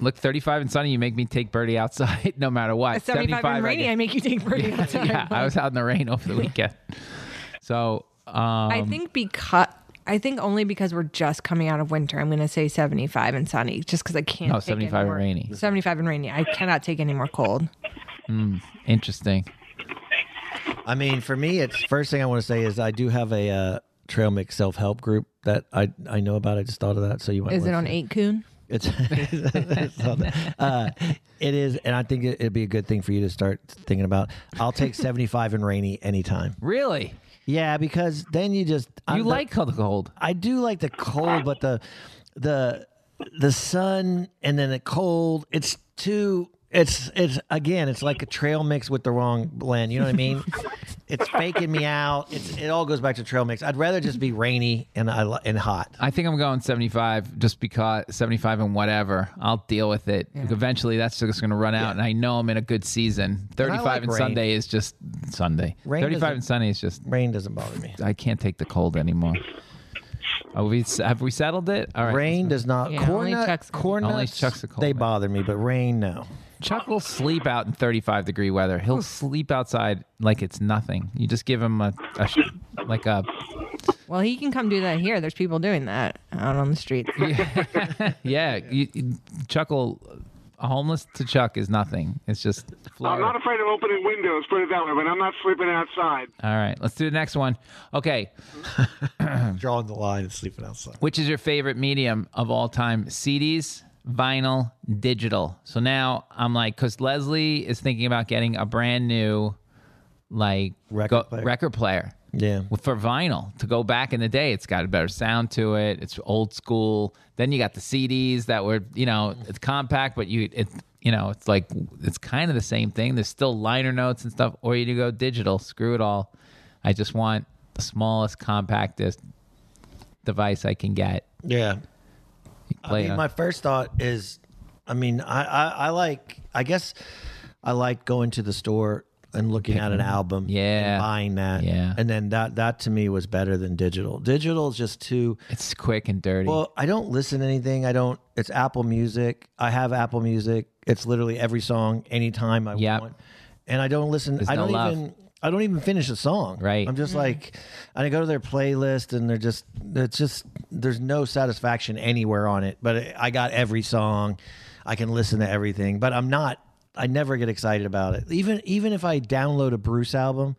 S8: look, 35 and sunny, you make me take birdie outside no matter what.
S10: At 75 and
S8: I
S10: rainy, I,
S8: get-
S10: make you take birdie outside.
S8: yeah, I was out in the rain over the weekend. So, um,
S10: I think because I think only because we're just coming out of winter, I'm going to say 75 and sunny, just because I can't.
S8: No,
S10: take
S8: 75
S10: any
S8: and
S10: more-
S8: rainy.
S10: 75 and rainy. I cannot take any more cold.
S8: interesting.
S7: I mean, for me, it's first thing I want to say is I do have a uh, trail mix self help group that I I know about. I just thought of that, so you might.
S10: Is it
S7: listen.
S10: on eight coon?
S7: It's, it's on the- uh, it is, and I think it, it'd be a good thing for you to start thinking about. I'll take seventy five and rainy anytime.
S8: Really?
S7: Yeah, because then you just
S8: You like the cold?
S7: I do like the cold, but the the the sun and then the cold. It's too. It's it's again. It's like a trail mix with the wrong blend. You know what I mean? it's faking me out. It's it all goes back to trail mix. I'd rather just be rainy and I li- and hot.
S8: I think I'm going 75 just because 75 and whatever. I'll deal with it. Eventually, that's just going to run out, and I know I'm in a good season. 35
S7: like
S8: and
S7: rain.
S8: Sunday is just Sunday.
S7: Rain
S8: 35
S7: doesn't-
S8: and Sunday is just
S7: Rain doesn't bother me.
S8: I can't take the cold anymore. Are we, have we settled it? All right.
S7: Rain does not.
S10: Yeah,
S7: corn
S10: only
S7: nut-
S10: Chuck's-
S7: corn
S8: Only
S7: nuts,
S8: Chuck's a cold
S7: they
S8: man.
S7: bother me, but rain no.
S8: Chuck will sleep out in 35 degree weather. He'll sleep outside like it's nothing. You just give him a, a sh- like a
S10: Well, he can come do that here. There's people doing that out on the street.
S8: yeah. You, you- Chuck will a homeless to Chuck is nothing. It's just
S9: I'm
S8: Florida.
S9: not afraid of opening windows, put it that way, but I'm not sleeping outside.
S8: All right, let's do the next one. Okay,
S7: Drawing the line and sleeping outside.
S8: which is your favorite medium of all time? CDs, vinyl, digital. So now I'm like, because Leslie is thinking about getting a brand new like
S7: Record player.
S8: record player.
S7: Yeah.
S8: Well, for vinyl to go back in the day it's got a better sound to it it's old school then you got the cds that were you know it's compact but you it you know it's like it's kind of the same thing there's still liner notes and stuff or you do go digital screw it all i just want the smallest compactest device i can get
S7: Yeah.
S8: You can play
S7: I
S8: it
S7: mean,
S8: on-
S7: my first thought is, I mean, I, I, I like, I guess I like going to the store and looking at an album
S8: Yeah.
S7: and buying that
S8: Yeah.
S7: and then that that to me was better than digital digital is just too
S8: It's quick and dirty.
S7: well i don't listen to anything i don't it's apple music i have apple music it's literally every song anytime i
S8: Yep.
S7: want and i don't listen
S8: There's
S7: i
S8: no
S7: don't
S8: love.
S7: even i don't even finish a song
S8: Right.
S7: i'm just like and i go to their playlist and they're just it's just there's no satisfaction anywhere on it but i got every song i can listen to everything but i'm not i never get excited about it even even if i download a bruce album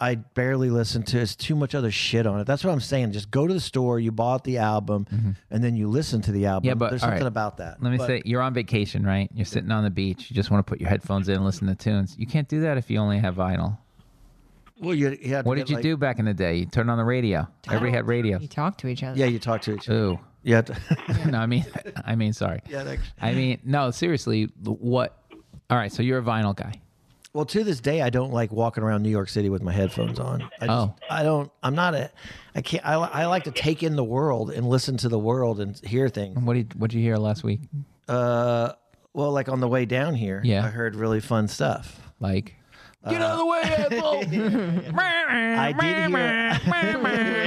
S7: I barely listen to. It's too much other shit on it. That's what I'm saying. Just go to the store. You bought the album, and then you listen to the album.
S8: Mm-hmm. Yeah, but-
S7: there's
S8: all
S7: something
S8: right.
S7: about that.
S8: Let me
S7: But
S8: say, you're on vacation, right? You're sitting on the beach. You just want to put your headphones in and listen to tunes. You can't do that if you only have vinyl.
S7: Well, you, you had to
S8: What
S7: get,
S8: did you
S7: like-
S8: do back in the day? You turned on the radio. Everybody had radio.
S10: You talk to each other.
S7: Yeah, you talk to each. other.
S8: Ooh.
S7: You had to,
S8: no, I mean, I mean, sorry.
S7: Yeah, that-
S8: I mean, no, seriously. What? All right, so you're a vinyl guy.
S7: well, to this day, I don't like walking around New York City with my headphones on. I just,
S8: Oh.
S7: I don't. I'm not a. I can't. I, li- I like to take in the world and listen to the world and hear things.
S8: What did What did you hear last week?
S7: Well, like on the way down here,
S8: Yeah.
S7: I heard really fun stuff.
S8: Like, get out of the way,
S7: Uh,
S8: asshole.
S7: I did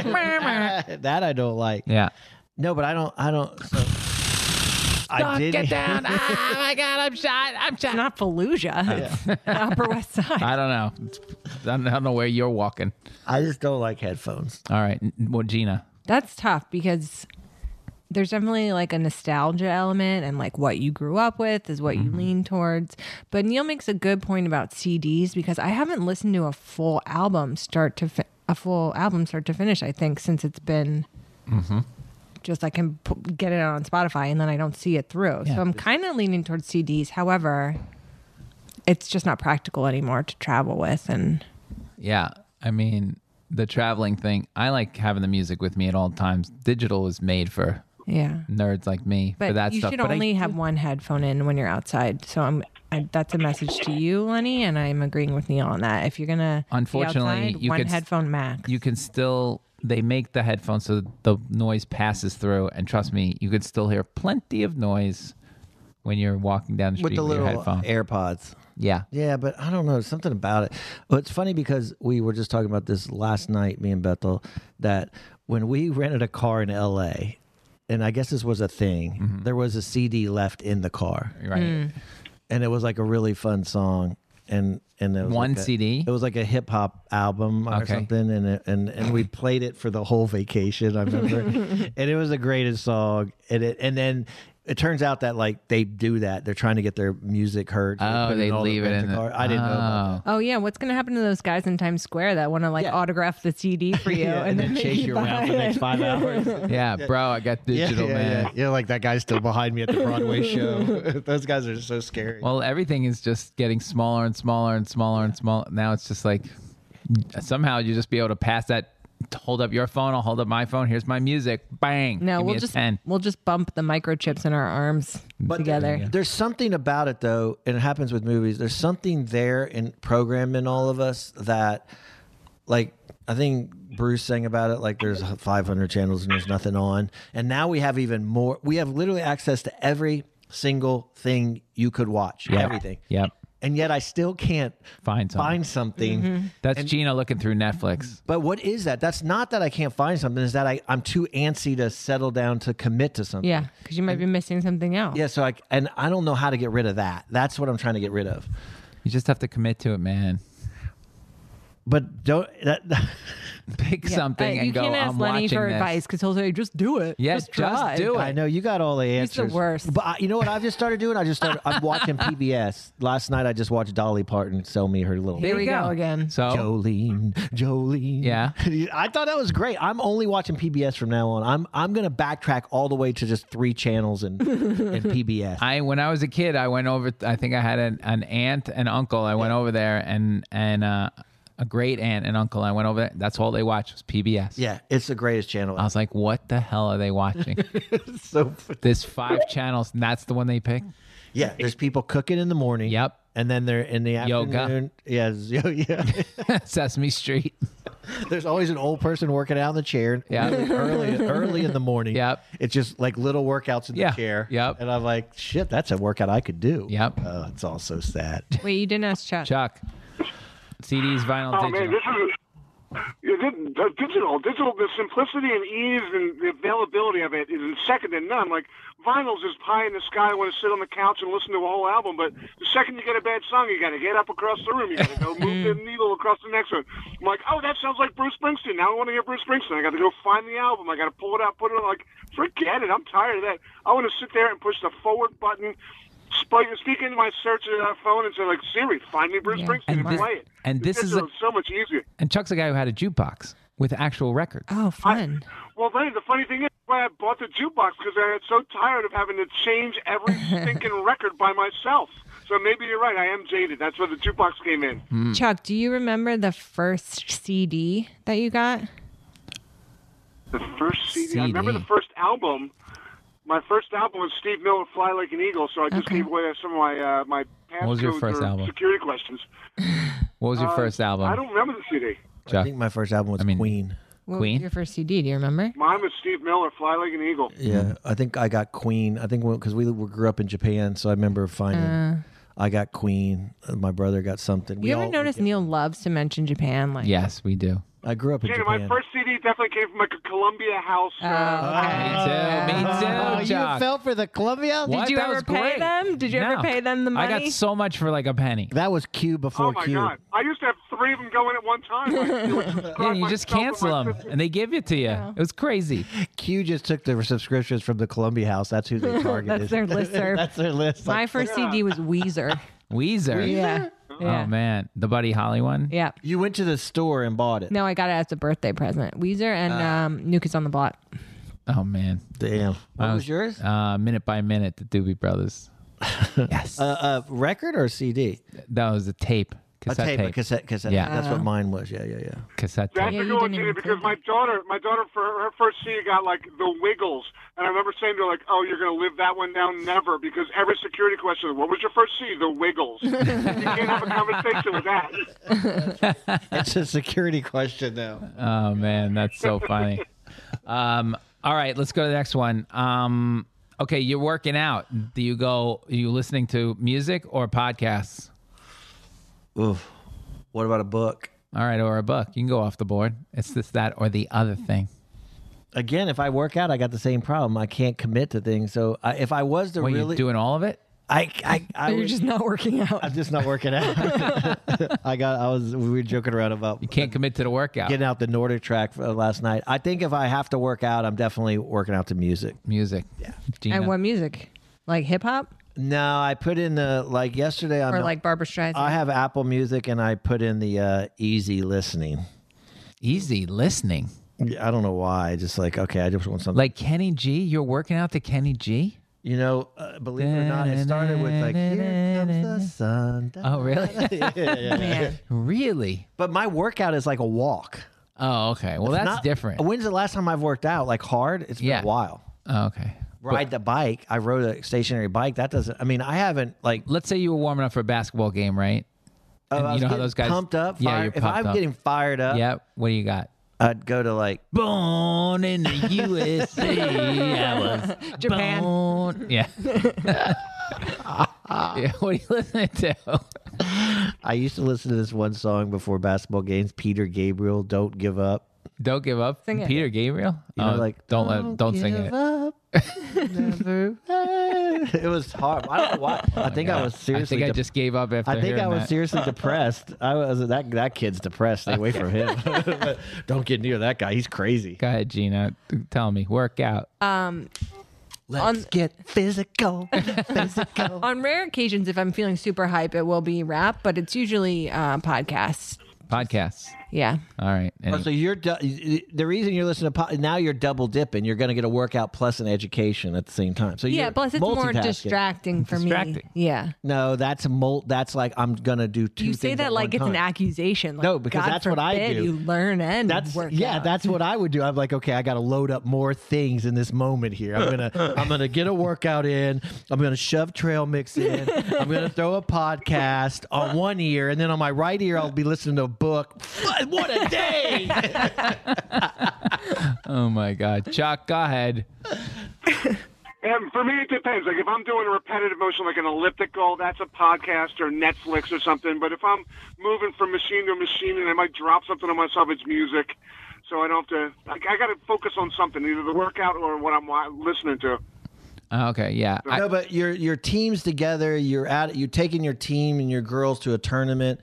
S7: hear that. I don't like.
S8: yeah.
S7: No, but I don't. I don't. So, I did.
S8: Get down. Ah, my God, I'm shot. I'm shot.
S10: It's not Fallujah, Upper West Side.
S8: I don't know. It's- I don't know where you're walking.
S7: I just don't like headphones.
S8: All right. n- Well, Gina.
S10: That's tough because there's definitely like a nostalgia element and like what you grew up with is what you lean towards. But Neil makes a good point about CDs because I haven't listened to a full album start to fi- a full album start to finish. I think since it's been just I can p- get it on Spotify and then I don't see it through.
S8: Yeah.
S10: So I'm kind of leaning towards CDs. However, it's just not practical anymore to travel with and
S8: Yeah. I mean, the traveling thing, I like having the music with me at all times. Digital is made for
S10: yeah.
S8: nerds like me
S10: But
S8: for that
S10: you
S8: stuff.
S10: should
S8: But I-
S10: only have one headphone in when you're outside. So I'm I, that's a message to you, Lenny, and I'm agreeing with Neil on that. If you're gonna be
S8: Unfortunately,
S10: outside,
S8: you
S10: one
S8: could s-
S10: headphone max.
S8: you can still they make the headphones so the noise passes through and trust me you could still hear plenty of noise when you're walking down the
S7: With
S8: street with,
S7: the little
S8: your headphone
S7: AirPods.
S8: yeah
S7: Yeah, but I don't know something about it. Well, it's funny because we were just talking about this last night, me and Bethel, that when we rented a car in L.A., and I guess this was a thing. There was a CD left in the car,
S8: right
S10: Hmm.
S7: and it was like a really fun song. And and it was
S8: One
S7: like a-
S8: CD?
S7: It was like a hip hop album or
S8: Okay.
S7: something, and it, and and we played it for the whole vacation. I remember, and it was the greatest song. And it and then it turns out that like they do that. They're trying to get their music heard. so
S8: Oh,
S7: put
S8: they
S7: all the
S8: leave it in the-
S7: rent-a-car. I didn't know about that.
S10: oh yeah, what's gonna happen to those guys in Times Square that want to like
S7: Yeah.
S10: autograph the CD for you
S7: Yeah,
S10: and, then make
S7: chase you around
S10: buy
S7: for the next
S10: it?
S7: five hours.
S8: yeah bro i got digital man
S7: Yeah, like that guy's still behind me at the Broadway show. Those guys are so scary.
S8: well everything is just getting smaller and smaller and smaller and smaller now it's just like somehow you just be able to pass that hold up your phone i'll hold up my phone here's my music bang
S10: No,
S8: Give me
S10: we'll
S8: a
S10: just
S8: 10
S10: we'll just bump the microchips in our arms together.
S7: There's something about it though, and it happens with movies. There's something there in programming all of us that, like, I think Bruce sang about it. Like, there's 500 channels and there's nothing on, and now we have even more. We have literally access to every single thing you could watch,
S8: Yep.
S7: everything.
S8: yep
S7: And yet, I still can't
S8: Find something.
S7: Find something.
S8: that's gina looking through netflix
S7: But what is that? That's not that I can't find something. Is that I, I'm too antsy to settle down to commit to something.
S10: Yeah, because you might be missing something else.
S7: Yeah. So I and I don't know how to get rid of that. That's what I'm trying to get rid of.
S8: you just have to commit to it man
S7: But don't that.
S8: pick
S10: Yeah. Uh,
S8: something
S10: you
S8: and go.
S10: can't ask
S8: I'm
S10: Lenny
S8: watching
S10: for
S8: this.
S10: advice because he'll say, "Just do it.
S8: Yeah,
S10: just,
S8: just
S10: try."
S8: do it.
S7: I know you got all the
S10: He's
S7: answers.
S10: the worst.
S7: But I, you know what? I've just started doing. I just started. I'm watching PBS. Last night I just watched Dolly Parton sell me her little.
S10: Here we go again.
S8: So
S7: Jolene, Jolene.
S8: Yeah.
S7: I thought that was great. I'm only watching PBS from now on. I'm I'm gonna backtrack all the way to just three channels and and PBS.
S8: I, when I was a kid, I went over. I think I had an, an aunt and uncle. I went over there and and uh, a great aunt and uncle. I went over there. That's all they watched was PBS.
S7: yeah, it's the greatest channel.
S8: I was like, what the hell are they watching?
S7: so
S8: There's five channels, and that's the one they pick.
S7: yeah, there's people cooking in the morning.
S8: Yep.
S7: And then they're in the
S8: Yoga.
S7: afternoon. Yeah, zo- yeah.
S8: Sesame Street.
S7: There's always an old person working out in the chair.
S8: Yeah.
S7: Early, early, early in the morning.
S8: Yep.
S7: It's just like little workouts in
S8: Yeah.
S7: the chair.
S8: Yep.
S7: And I'm like, shit, that's a workout I could do.
S8: Yep.
S7: Oh, it's all so sad.
S10: Wait, you didn't ask Chuck.
S8: Chuck, CDs, vinyl,
S9: Oh
S8: digital.
S9: man, this is yeah, di- uh, digital. Digital. The simplicity and ease and the availability of it is second to none. Like vinyls is pie in the sky. Want to sit on the couch and listen to a whole album, but the second you get a bad song, you got to get up across the room. You got to go move
S8: Mm.
S9: the needle across the next one. I'm like, oh, that sounds like Bruce Springsteen. Now I want to hear Bruce Springsteen. I got to go find the album. I got to pull it out, put it on. Like, forget it. I'm tired of that. I want to sit there and push the forward button. Speak, speak into my search uh, phone and say, like, Siri, find me Bruce Springsteen
S8: And
S9: and,
S8: this-
S9: play it.
S8: and this is a-
S9: Digital so much easier.
S8: and Chuck's a guy who had a jukebox with actual records.
S10: Oh, fun.
S9: Well, then the funny thing is, why I bought the jukebox because I got so tired of having to change every stinking record by myself. So maybe you're right. I am jaded. That's where the jukebox came in.
S8: Hmm.
S7: Mm-hmm.
S10: Chuck, do you remember the first CD that you got?
S9: The first CD, I remember
S8: CD.
S9: the first album. My first album was Steve Miller, "Fly Like an Eagle." So I just
S10: Okay.
S9: gave away some of my uh, my
S8: What was your
S9: passcodes
S8: first
S9: or
S8: album?
S9: security questions.
S8: What was your
S9: Uh,
S8: first album?
S9: I don't remember the CD.
S7: I
S8: Chuck?
S7: think my first album was
S8: I mean-
S7: Queen.
S10: What
S8: Queen?
S10: was your first CD? Do you remember?
S9: Mine was Steve Miller, "Fly Like an Eagle."
S7: Yeah, Mm-hmm. I think I got Queen. I think because we, we grew up in Japan, so I remember finding.
S8: Uh.
S7: I got Queen. uh, My brother got something. We
S10: You ever
S7: all-
S10: notice Neil loves to mention Japan? Like,
S8: Yes, we do.
S7: I grew up in
S9: Jada,
S7: Japan.
S9: my first CD definitely came from like a Columbia House.
S10: Oh,
S9: uh,
S10: okay.
S8: me too. Me too,
S7: Oh, you
S8: Chuck.
S4: fell for the Columbia?
S8: What?
S10: Did you
S8: That
S10: ever
S8: was
S10: pay
S8: great.
S10: them? Did you
S8: No.
S10: ever pay them the money?
S8: I got so much for like a penny.
S7: That was Q before
S9: Oh my
S7: Q.
S9: god! I used to have three of them going at one time.
S8: Yeah,
S9: yeah,
S8: you just cancel them and they give it to you. It was crazy.
S7: Q just took the subscriptions from the Columbia House. That's who they targeted.
S10: That's their listserv.
S7: That's their list.
S10: My
S7: Like,
S10: first CD was Weezer.
S8: Weezer.
S10: yeah.
S8: Oh man, the Buddy Holly one.
S10: Yeah.
S7: you went to the store and bought it.
S10: No, I got it as a birthday present. Weezer and
S7: Ah.
S10: um, New Kids on the Block.
S8: Oh man,
S7: Damn. What
S8: I
S7: was yours?
S8: Uh, minute by minute, the Doobie Brothers. yes,
S7: Uh, uh, record or CD?
S8: that was a tape, cassette
S7: a tape, a cassette, cassette.
S8: Yeah.
S7: That's what mine was. Yeah, yeah, yeah.
S8: cassette
S9: That's
S8: tape.
S10: Yeah,
S9: a
S10: you
S9: good one,
S10: didn't
S9: Gina,
S10: even
S9: because
S10: think.
S9: my daughter, my daughter for her first CD got like the Wiggles, and I remember saying to her like, "Oh, you're gonna live that one down never," because every security question, "What was your first CD?" The Wiggles. you can't have a conversation with that.
S7: It's a security question now.
S8: Oh man, that's so funny. um, all right, let's go to the next one. Um, okay, you're working out. Do you go? Are you listening to music or podcasts?
S7: Oof. What about a book?
S8: All right, or a book. You can go off the board. It's this, that, or the other thing.
S7: Again, if I work out, I got the same problem. I can't commit to things. So I, if I was to
S8: What
S7: really,
S8: you doing? All of it?
S7: I, I, I
S10: You're
S7: would-
S10: just not working out.
S7: I'm just not working out. I got. I was. We were joking around about
S8: Can't commit to the workout.
S7: getting out the Nordic track uh, last night. I think if I have to work out, I'm definitely working out to music.
S8: music. Yeah. Gina.
S7: uh,
S10: And what music? Like hip hop
S7: No, I put in the like yesterday. I'm
S10: or like Barbara Streisand?
S7: I have Apple Music and I put in the uh, easy listening.
S8: Easy listening.
S7: I don't know why. Just like okay, I just want something.
S8: Like Kenny G, you're working out to Kenny G?
S7: you know, uh, believe it or not, it started with like here comes the sun.
S8: Oh, really?
S7: Yeah, yeah, yeah.
S10: Man.
S8: really?
S7: But my workout is like a walk.
S8: Oh, okay. Well, that's
S7: Not-
S8: different.
S7: When's the last time I've worked out like hard? It's been
S8: Yeah.
S7: a while.
S8: Oh, okay.
S7: Ride the bike. I rode a stationary bike. That doesn't. I mean, I haven't like.
S8: Let's say you were warming up for a basketball game, right?
S7: Oh,
S8: And
S7: I
S8: you
S7: was
S8: know how
S7: getting
S8: those guys-
S7: pumped up.
S8: Yeah,
S7: fired-
S8: you're
S7: if
S8: pumped
S7: I'm
S8: up.
S7: getting fired up,
S8: yep. What do you got?
S7: I'd go to like
S8: Born in the USA. I was
S10: Japan.
S8: born- Yeah. yeah. What are you listening to?
S7: I used to listen to this one song before basketball games. Peter Gabriel, "Don't Give Up."
S8: Don't give up.
S10: Sing it.
S8: Peter Gabriel.
S7: You know,
S8: Oh,
S7: like
S8: don't let, don't sing
S7: give
S8: it.
S7: Up, never mind." it was hard. I don't know why. I think I was
S8: I
S7: seriously.
S8: think I
S7: dep-
S8: just gave up after
S7: I think
S8: hearing
S7: I was
S8: that.
S7: seriously depressed. I was that that kid's depressed. Stay away from him. don't get near that guy. He's crazy.
S8: Go ahead, Gina. Tell me. Work out.
S7: Let's get physical, physical.
S10: On rare occasions, if I'm feeling super hype, it will be rap, but it's usually uh, podcasts.
S8: Podcasts.
S10: Yeah.
S8: All right. Any-
S7: Oh, So you're du- the reason you're listening to po- now you're double dipping. You're going to get a workout plus an education at the same time. So
S10: Yeah,
S7: you're
S10: plus it's more
S7: multitasking.
S10: distracting for
S8: Distracting.
S10: me. Yeah.
S7: No, that's mul- That's like I'm going to do two.
S10: You say
S7: things
S10: that
S7: at
S10: like
S7: one
S10: it's an
S7: time.
S10: accusation. Like,
S7: No, because
S10: God
S7: that's what I
S10: forbid
S7: do.
S10: You learn and
S7: That's
S10: work
S7: yeah.
S10: out.
S7: That's what I would do. I'm like, okay, I got to load up more things in this moment here. I'm gonna, I'm gonna get a workout in. I'm gonna shove trail mix in. I'm gonna throw a podcast on one ear, and then on my right ear, I'll be listening to a book. What a day!
S8: oh my God, Chuck, go ahead.
S9: Um, for me, it depends. Like if I'm doing a repetitive motion, like an elliptical, that's a podcast or Netflix or something. But if I'm moving from machine to machine and I might drop something on myself, it's music. So I don't have to. Like, I got to focus on something, either the workout or what I'm wa- listening to.
S8: Uh, Okay, yeah. I-
S7: no, but your your team's together. You're at you're taking your team and your girls to a tournament,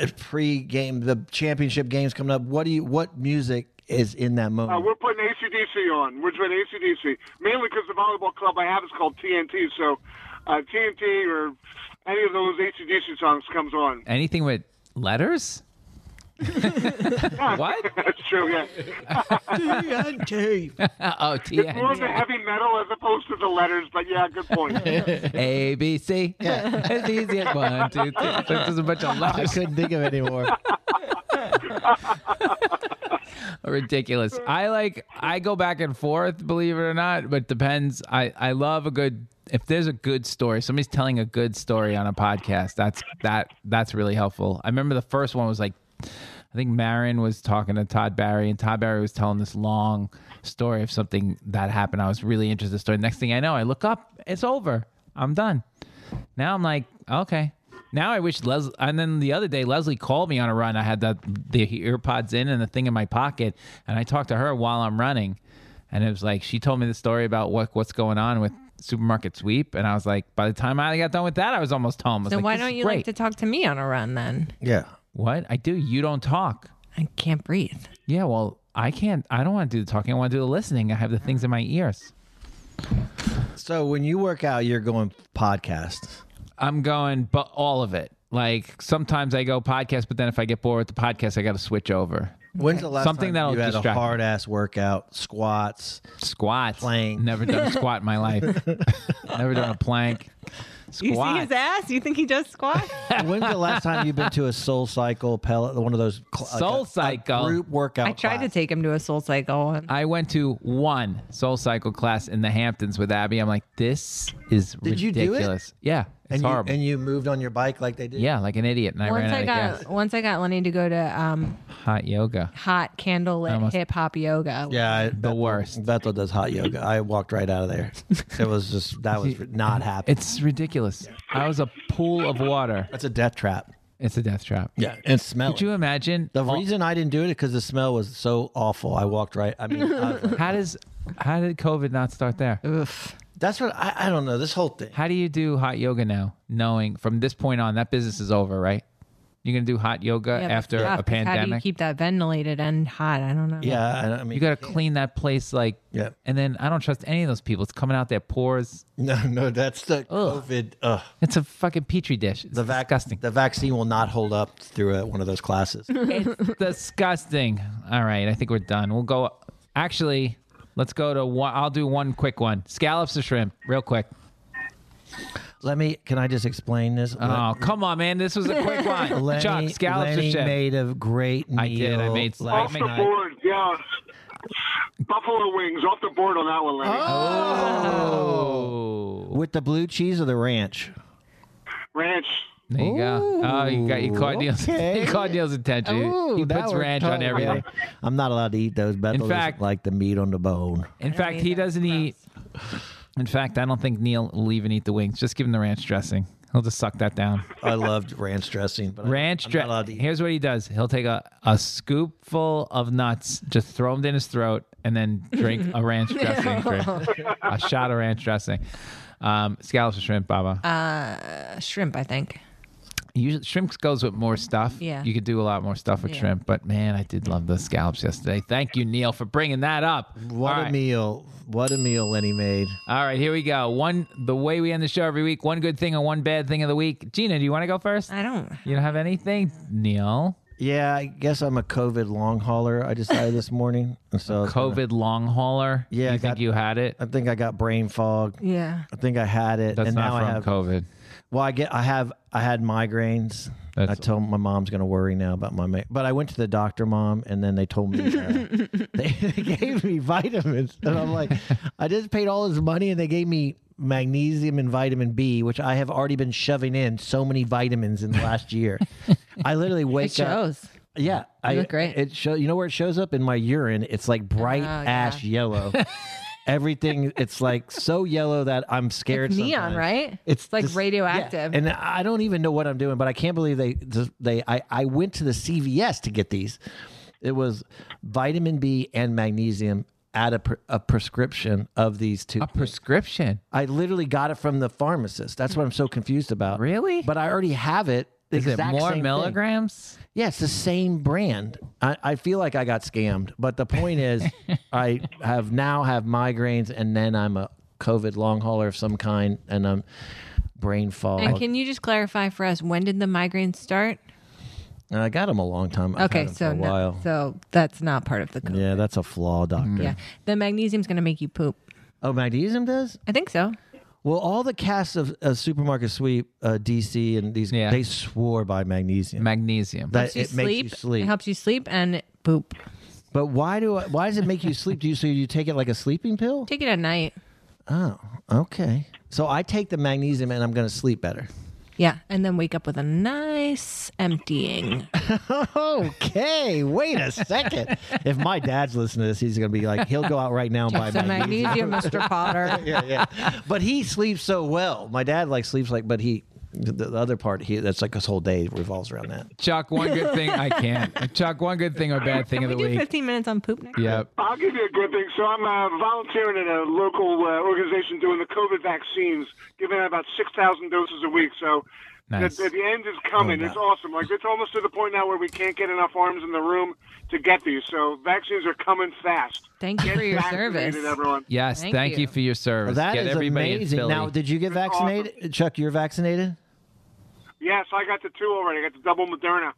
S7: uh, pre-game, the championship games coming up. What do you? What music is in that
S9: Uh,
S7: moment?
S9: we're putting ACDC on. We're doing ACDC mainly because the volleyball club I have is called TNT. So uh, TNT or any of those ACDC songs comes on.
S8: Anything with letters? what?
S9: That's true. Yeah,
S7: TNT.
S8: Oh, T
S9: more of the heavy metal as opposed to the letters. But yeah, good point.
S8: A B C. It's easy. One, two, three. So There's a bunch of
S7: I
S8: letters.
S7: couldn't think of it anymore.
S8: ridiculous. I like I go back and forth, believe it or not, but depends. I I love a good if there's a good story, somebody's telling a good story on a podcast. That's that that's really helpful. I remember the first one was like I think Marin was talking to Todd Barry, and Todd Barry was telling this long story of something that happened. I was really interested in the story. Next thing I know, I look up, it's over. I'm done. Now I'm like, okay. Now I wish Leslie. And then the other day, Leslie called me on a run. I had the the earpods in and the thing in my pocket, and I talked to her while I'm running. And it was like she told me the story about what what's going on with supermarket sweep, and I was like, by the time I got done with that, I was almost home. I was
S10: So
S8: like,
S10: why
S8: this
S10: don't
S8: is
S10: you
S8: great.
S10: like to talk to me on a run then?
S7: Yeah.
S8: What I do? You don't talk.
S10: I can't breathe.
S8: Yeah, well, I can't. I don't want to do the talking. I want to do the listening. I have the things in my ears.
S7: So when you work out, you're going podcast.
S8: I'm going, but all of it. Like sometimes I go podcast, but then if I get bored with the podcast, I got to switch over.
S7: When's the last
S8: Something
S7: time
S8: that'll
S7: you had a
S8: distract me.
S7: hard ass workout, squats?
S8: Squats.
S7: Plank.
S8: Never done a squat in my life. Never done a plank.
S10: You
S8: Squat.
S10: see his ass? You think he does squat?
S7: When's the last time you've been to a Soul Cycle pellet, one of those cl- like a-
S8: Soul
S7: a
S8: Cycle.
S7: group workout?
S10: I tried to
S7: class?
S10: take him to a soul cycle. And
S8: I went to one Soul Cycle class in the Hamptons with Abby. I'm like, this is
S7: Did you do it?
S8: ridiculous. Yeah, it's
S7: and you,
S8: horrible.
S7: and you moved on your bike like they did.
S8: yeah, like an idiot. And I
S10: once
S8: ran
S10: I
S8: out
S10: got
S8: of gas.
S10: once I got Lenny to go to um,
S8: Hot yoga.
S10: hot candlelit
S8: Almost-
S10: hip hop yoga.
S7: Yeah, I,
S8: The worst.
S7: Bethel does hot yoga. I walked right out of there. It was just that was not happening.
S8: It's ridiculous. I was a pool of water.
S7: That's a death trap.
S8: It's a death trap.
S7: Yeah, and smell.
S8: Could you imagine?
S7: the
S8: all-
S7: reason I didn't do it because the smell was so awful. I walked right. I mean, I was like,
S8: How does how did COVID not start there?
S7: that's what I, I don't know. This whole thing.
S8: How do you do hot yoga now, knowing from this point on that business is over, right? You're gonna do hot yoga
S10: Yeah, but
S8: after
S10: it's tough
S8: a
S10: 'cause How do you
S8: pandemic. You,
S10: keep that ventilated and hot? I don't know.
S7: Yeah, I, I mean,
S8: gotta clean that place, like,
S7: Yeah.
S8: and then I don't trust any of those people. It's coming out their pores.
S7: no, no, that's the COVID. Ugh.
S8: It's a fucking petri dish. It's
S7: The vac-
S8: disgusting.
S7: The vaccine will not hold up through uh one of those classes.
S8: it's disgusting. All right, I think we're done. We'll go. Actually, let's go to one. I'll do one quick one. Scallops or shrimp, real quick.
S7: Let me. Can I just explain this?
S8: Oh, come on, man. This was a quick one.
S7: Lenny,
S8: Chuck, scallops
S7: Lenny
S8: or shrimp?
S7: made a great meal.
S8: I did. I made-
S7: last
S9: off the
S7: night.
S9: board, yeah. Buffalo wings off the board on that one, Lenny.
S8: Oh.
S7: with the blue cheese or the ranch.
S9: Ranch.
S8: There you go. Oh, you got you caught Neil's
S7: okay.
S8: you caught Neil's attention. He-
S7: Ooh,
S8: he
S7: that
S8: puts
S7: worked
S8: ranch on
S7: totally.
S8: everything.
S7: I'm not allowed to eat those. Bethel doesn't
S8: fact-
S7: like the meat on the bone.
S8: In fact,
S10: eat
S8: he
S10: that.
S8: doesn't eat. In fact, I don't think Neil will even eat the wings. Just give him the ranch dressing. He'll just suck that down.
S7: I loved ranch dressing. But I-
S8: Ranch
S7: I'm not allowed to
S8: dressing.
S7: eat.
S8: Here's what he does. He'll take a, a scoop full of nuts, just throw them in his throat, and then drink a ranch dressing. drink. a shot of ranch dressing. Um, scallops or shrimp, Baba.
S10: A shrimp, I think.
S8: Usually, shrimp goes with more stuff.
S10: Yeah.
S8: You could do a lot more stuff with
S10: Yeah.
S8: shrimp, but man, I did love those scallops yesterday. Thank you, Neil, for bringing that up.
S7: What
S8: All
S7: a
S8: right.
S7: meal! What a meal Lenny made.
S8: All right, here we go. One, the way we end the show every week, one good thing and one bad thing of the week. Gina, do you want to go first?
S10: I don't.
S8: You don't have anything, Neil?
S7: Yeah, I guess I'm a COVID long hauler. I decided this morning, and so I was gonna-
S8: COVID long hauler.
S7: Yeah, I
S8: You think
S7: got-
S8: you had it?
S7: I think I got brain fog.
S10: Yeah.
S7: I think I had it,
S8: That's
S7: and
S8: not
S7: now
S8: from
S7: I have.
S8: COVID.
S7: Well, I get. I have. I had migraines.
S8: That's-
S7: I told my mom's gonna worry now about my. Ma- but I went to the doctor, mom, and then they told me uh, they, they gave me vitamins, and I'm like, I just paid all this money, and they gave me magnesium and vitamin B, which I have already been shoving in so many vitamins in the last year. I literally wake
S10: It
S7: up.
S10: shows.
S7: Yeah, I
S10: look great.
S7: It show, You know where it shows up in my urine? It's like bright
S10: Oh,
S7: ash yellow. everything it's like so yellow that I'm scared.
S10: It's neon,
S7: sometimes.
S10: right? It's like radioactive.
S7: yeah. and I don't even know what I'm doing, but I can't believe they they I I went to the CVS to get these. It was vitamin B and magnesium at a, pre- a prescription of these two.
S8: A prescription.
S7: I literally got it from the pharmacist. That's what I'm so confused about.
S8: Really?
S7: But I already have it. the
S8: Is it
S7: exact
S8: more
S7: same thing.
S8: milligrams?
S7: Yeah, it's the same brand. I, I feel like I got scammed, but the point is, I have now have migraines, and then I'm a COVID long hauler of some kind, and I'm brain fog.
S10: And can you just clarify for us when did the migraines start?
S7: And I got them a long time. I've
S10: Okay,
S7: had 'em
S10: so
S7: for a
S10: no,
S7: while.
S10: so that's not part of the code.
S7: yeah, that's a flaw, doctor.
S10: Yeah. The magnesium's going to make you poop.
S7: Oh, magnesium does.
S10: I think so.
S7: Well, all the casts of uh, Supermarket Sweep, uh, DC, and these
S8: Yeah.
S7: they swore by magnesium.
S8: Magnesium.
S7: that
S10: Helps you
S7: it makes you
S10: It
S7: sleep.
S10: helps you sleep and poop.
S7: but why do I, why does it make you sleep? Do you so you take it like a sleeping pill?
S10: Take it at night.
S7: Oh, okay. So I take the magnesium and I'm going to sleep better.
S10: Yeah, and then wake up with a nice emptying.
S7: Okay, wait a second. if my dad's listening to this, he's going to be like, he'll go out right now and buy
S10: Some
S7: magnesium.
S10: magnesium, Mr. Potter.
S7: yeah, yeah. But he sleeps so well. My dad like sleeps like, but he. The the other part, he that's like his whole day revolves around that.
S8: Chuck, one good thing I can't. Chuck, one good thing or bad thing of
S10: We
S8: the
S10: do
S8: week.
S10: 15 minutes on poop next.
S8: Yep.
S9: I'll give you a good thing. So I'm uh, volunteering at a local uh, organization doing the COVID vaccines, giving out about 6,000 doses a week. So
S8: Nice.
S9: the, the, the end is coming. It's awesome. Like, it's almost to the point now where we can't get enough arms in the room to get these. So vaccines are coming fast.
S10: Thank you
S9: Get
S10: for your
S9: vaccinated,
S10: service.
S9: Everyone.
S8: Yes, thank,
S10: Thank
S8: you.
S10: you.
S8: for your service.
S7: that
S8: Get
S7: is
S8: everybody in
S7: amazing.
S8: Philly.
S7: Now, did you get
S9: awesome.
S7: vaccinated, Chuck? You're vaccinated.
S9: Yes, I got the two already. I got the double Moderna.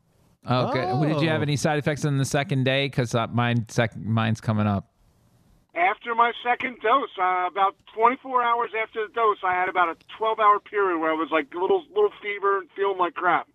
S8: oh, good. Well, Did you have
S7: Oh.
S8: any side effects on the second day? Because uh, mine, sec- mine's coming up.
S9: After my second dose, uh, about 24 hours after the dose, I had about a 12-hour period where I was like little little fever and feeling like crap.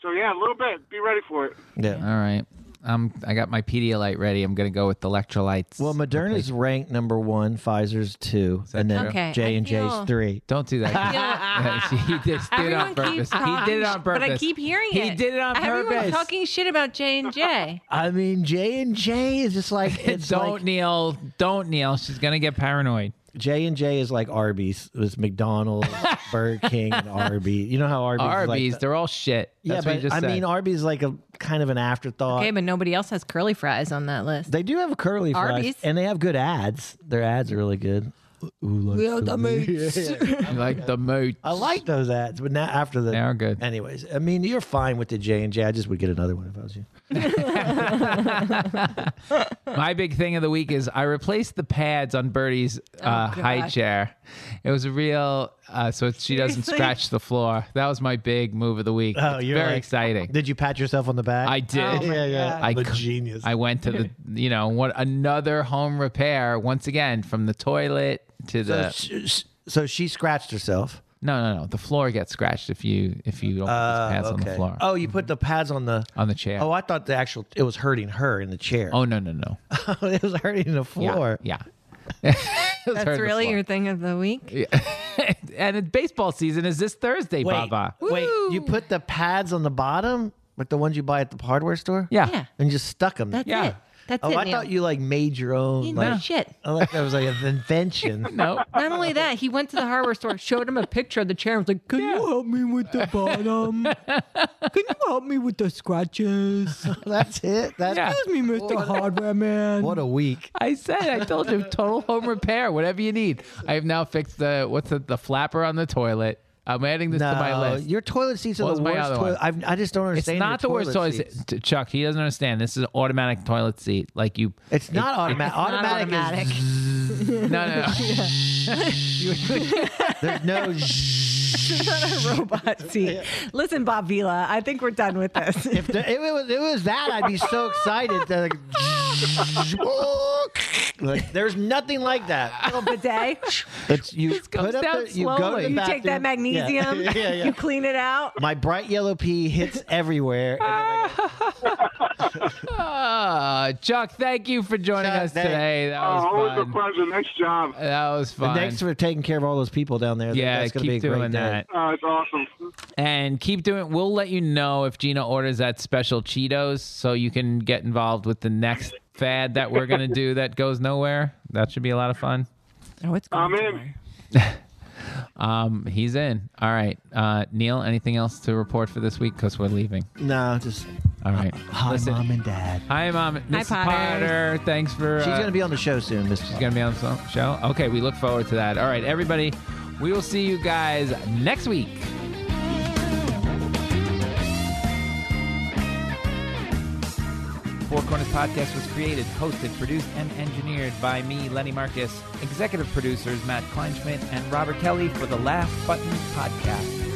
S9: So yeah, a little bit. Be ready for it.
S7: Yeah.
S8: All right. Um, I got my Pedialyte ready. I'm gonna go with electrolytes.
S7: Well, Moderna's ranked number one, Pfizer's two, and then
S10: true? Okay, I
S7: J and J's
S10: feel-
S7: three.
S8: don't do that. he just did it on
S10: Everyone
S8: purpose.
S10: keeps
S8: He
S10: talking,
S8: did it on purpose.
S10: But I keep hearing
S8: He
S10: it.
S8: did it on
S10: Everyone's
S8: purpose.
S10: talking shit about J and J.
S7: I mean, J and J is just like it's
S8: don't
S7: like
S8: kneel. Don't kneel. She's gonna get paranoid.
S7: J and J is like Arby's, it's McDonald's, Burger King, and Arby's. You know how Arby's, is
S8: Arby's,
S7: like the-
S8: they're all shit.
S7: yeah,
S8: That's
S7: but
S8: what you just
S7: I
S8: said.
S7: mean, Arby's is like a kind of an afterthought.
S10: Okay, but nobody else has curly fries on that list.
S7: they do have a curly fries,
S10: Arby's.
S7: and they have good ads. Their ads are really good.
S8: You like the mood.
S7: I like those ads, but now after the
S8: They are good.
S7: Anyways, I mean, you're fine with the J and J. I just would get another one if I was you.
S8: My big thing of the week is I replaced the pads on Birdie's
S7: Oh,
S8: uh, high
S10: God.
S8: chair. It was a real, uh, so she doesn't
S10: Seriously?
S8: scratch the floor. That was my big move of the week.
S7: Oh,
S8: It's
S7: you're
S8: very
S7: like-
S8: exciting.
S7: Did you pat yourself on the back?
S8: I did.
S7: yeah, yeah.
S8: I
S7: I'm a
S8: cou-
S7: genius.
S8: I went to the, you know, what another home repair once again from the toilet to
S7: so,
S8: the.
S7: sh- sh- so she scratched herself.
S8: no, no, no. The floor gets scratched if you if you don't put
S7: Uh,
S8: those pads on the
S7: okay.
S8: floor
S7: Oh, you put the pads on the
S8: on the chair.
S7: Oh,
S8: Oh,
S7: I thought the actual it was hurting her in the chair.
S8: no, no, no.
S7: it was hurting the
S8: Oh, Yeah,
S7: floor.
S8: Yeah.
S10: That's really your thing of the week.
S8: and it- baseball season is this Thursday,
S7: Wait,
S8: Baba.
S7: wait, you put the pads on the bottom, like the ones you buy at the hardware store?
S8: Yeah.
S10: Yeah.
S7: And just stuck them.
S10: That's
S8: Yeah.
S10: it. That's
S7: oh,
S10: it.
S7: I
S10: Neil.
S7: thought you like made your own.
S10: He
S7: like,
S10: knows shit.
S7: I like that was like an invention.
S8: No.
S10: Not only that, he went to the hardware store, showed him a picture of the chair, and was like, "Can you help me with the bottom? Can you help me with the scratches?
S7: That's it. That's
S8: Yeah.
S10: me, Mister Hardware Man."
S7: what a week.
S8: I said, I told you, total home repair, whatever you need. I have now fixed the what's the, the flapper on the toilet. I'm adding this to my
S7: No,
S8: list.
S7: your toilet seats are
S8: What was
S7: the
S8: my
S7: worst
S8: other one?
S7: toilet. I've, I just don't
S8: it's
S7: understand. your
S8: not the worst
S7: toilet
S8: toilet
S7: seats.
S8: seat. T- Chuck, he doesn't understand. This is an automatic toilet seat. Like you
S7: It's not automatic. automatic. is-
S10: automatic.
S8: No no no.
S7: there's no. zzzz.
S10: robot seat. Listen, Bob Vila, I think we're done with this.
S7: if the, if it was it was that, I'd be so excited. that, like, zzzz. Like, there's nothing like that.
S10: little bidet.
S7: It's you
S8: comes
S7: put up
S8: down
S7: the, you go to the
S8: slowly.
S10: You take that
S7: bathroom. Yeah.
S10: magnesium.
S7: Yeah, yeah.
S10: You clean it out.
S7: My bright yellow pea hits everywhere. and then
S8: Ah, Chuck, thank you for joining
S7: Chuck,
S8: us
S7: thank-
S8: today. That
S9: Oh,
S8: was
S9: always a
S8: fun. Uh,
S9: pleasure. Nice job.
S8: That was
S7: I go,
S8: fun.
S7: thanks for taking care of all those people down there.
S8: yeah,
S7: That's gonna
S8: keep
S7: be a great
S8: doing
S7: day.
S8: that.
S9: Oh, it's awesome.
S8: and keep doing we'll let you know if gina orders that special cheetos so you can get involved with the next fad that we're gonna do that goes nowhere. That should be a lot of fun.
S10: Oh, it's
S9: I'm
S10: going
S9: in.
S10: somewhere.
S8: Um, he's in. All right, uh, Neil. Anything else to report for this week? Cause we're leaving.
S7: No, just
S8: All right.
S7: hi,
S8: Listen-
S7: mom and dad.
S8: Hi, mom.
S10: Potters.
S8: Mrs. Potter. Thanks for.
S7: She's
S8: uh,
S7: gonna be on the show soon, Mr.
S8: She's gonna be on the show. Okay, we look forward to that. All right, everybody. We will see you guys next week. Four Corners Podcast was created, hosted, produced, and engineered by me, Lenny Marcus. Executive producers Matt Kleinschmidt and Robert Kelly for the Laugh Button Podcast.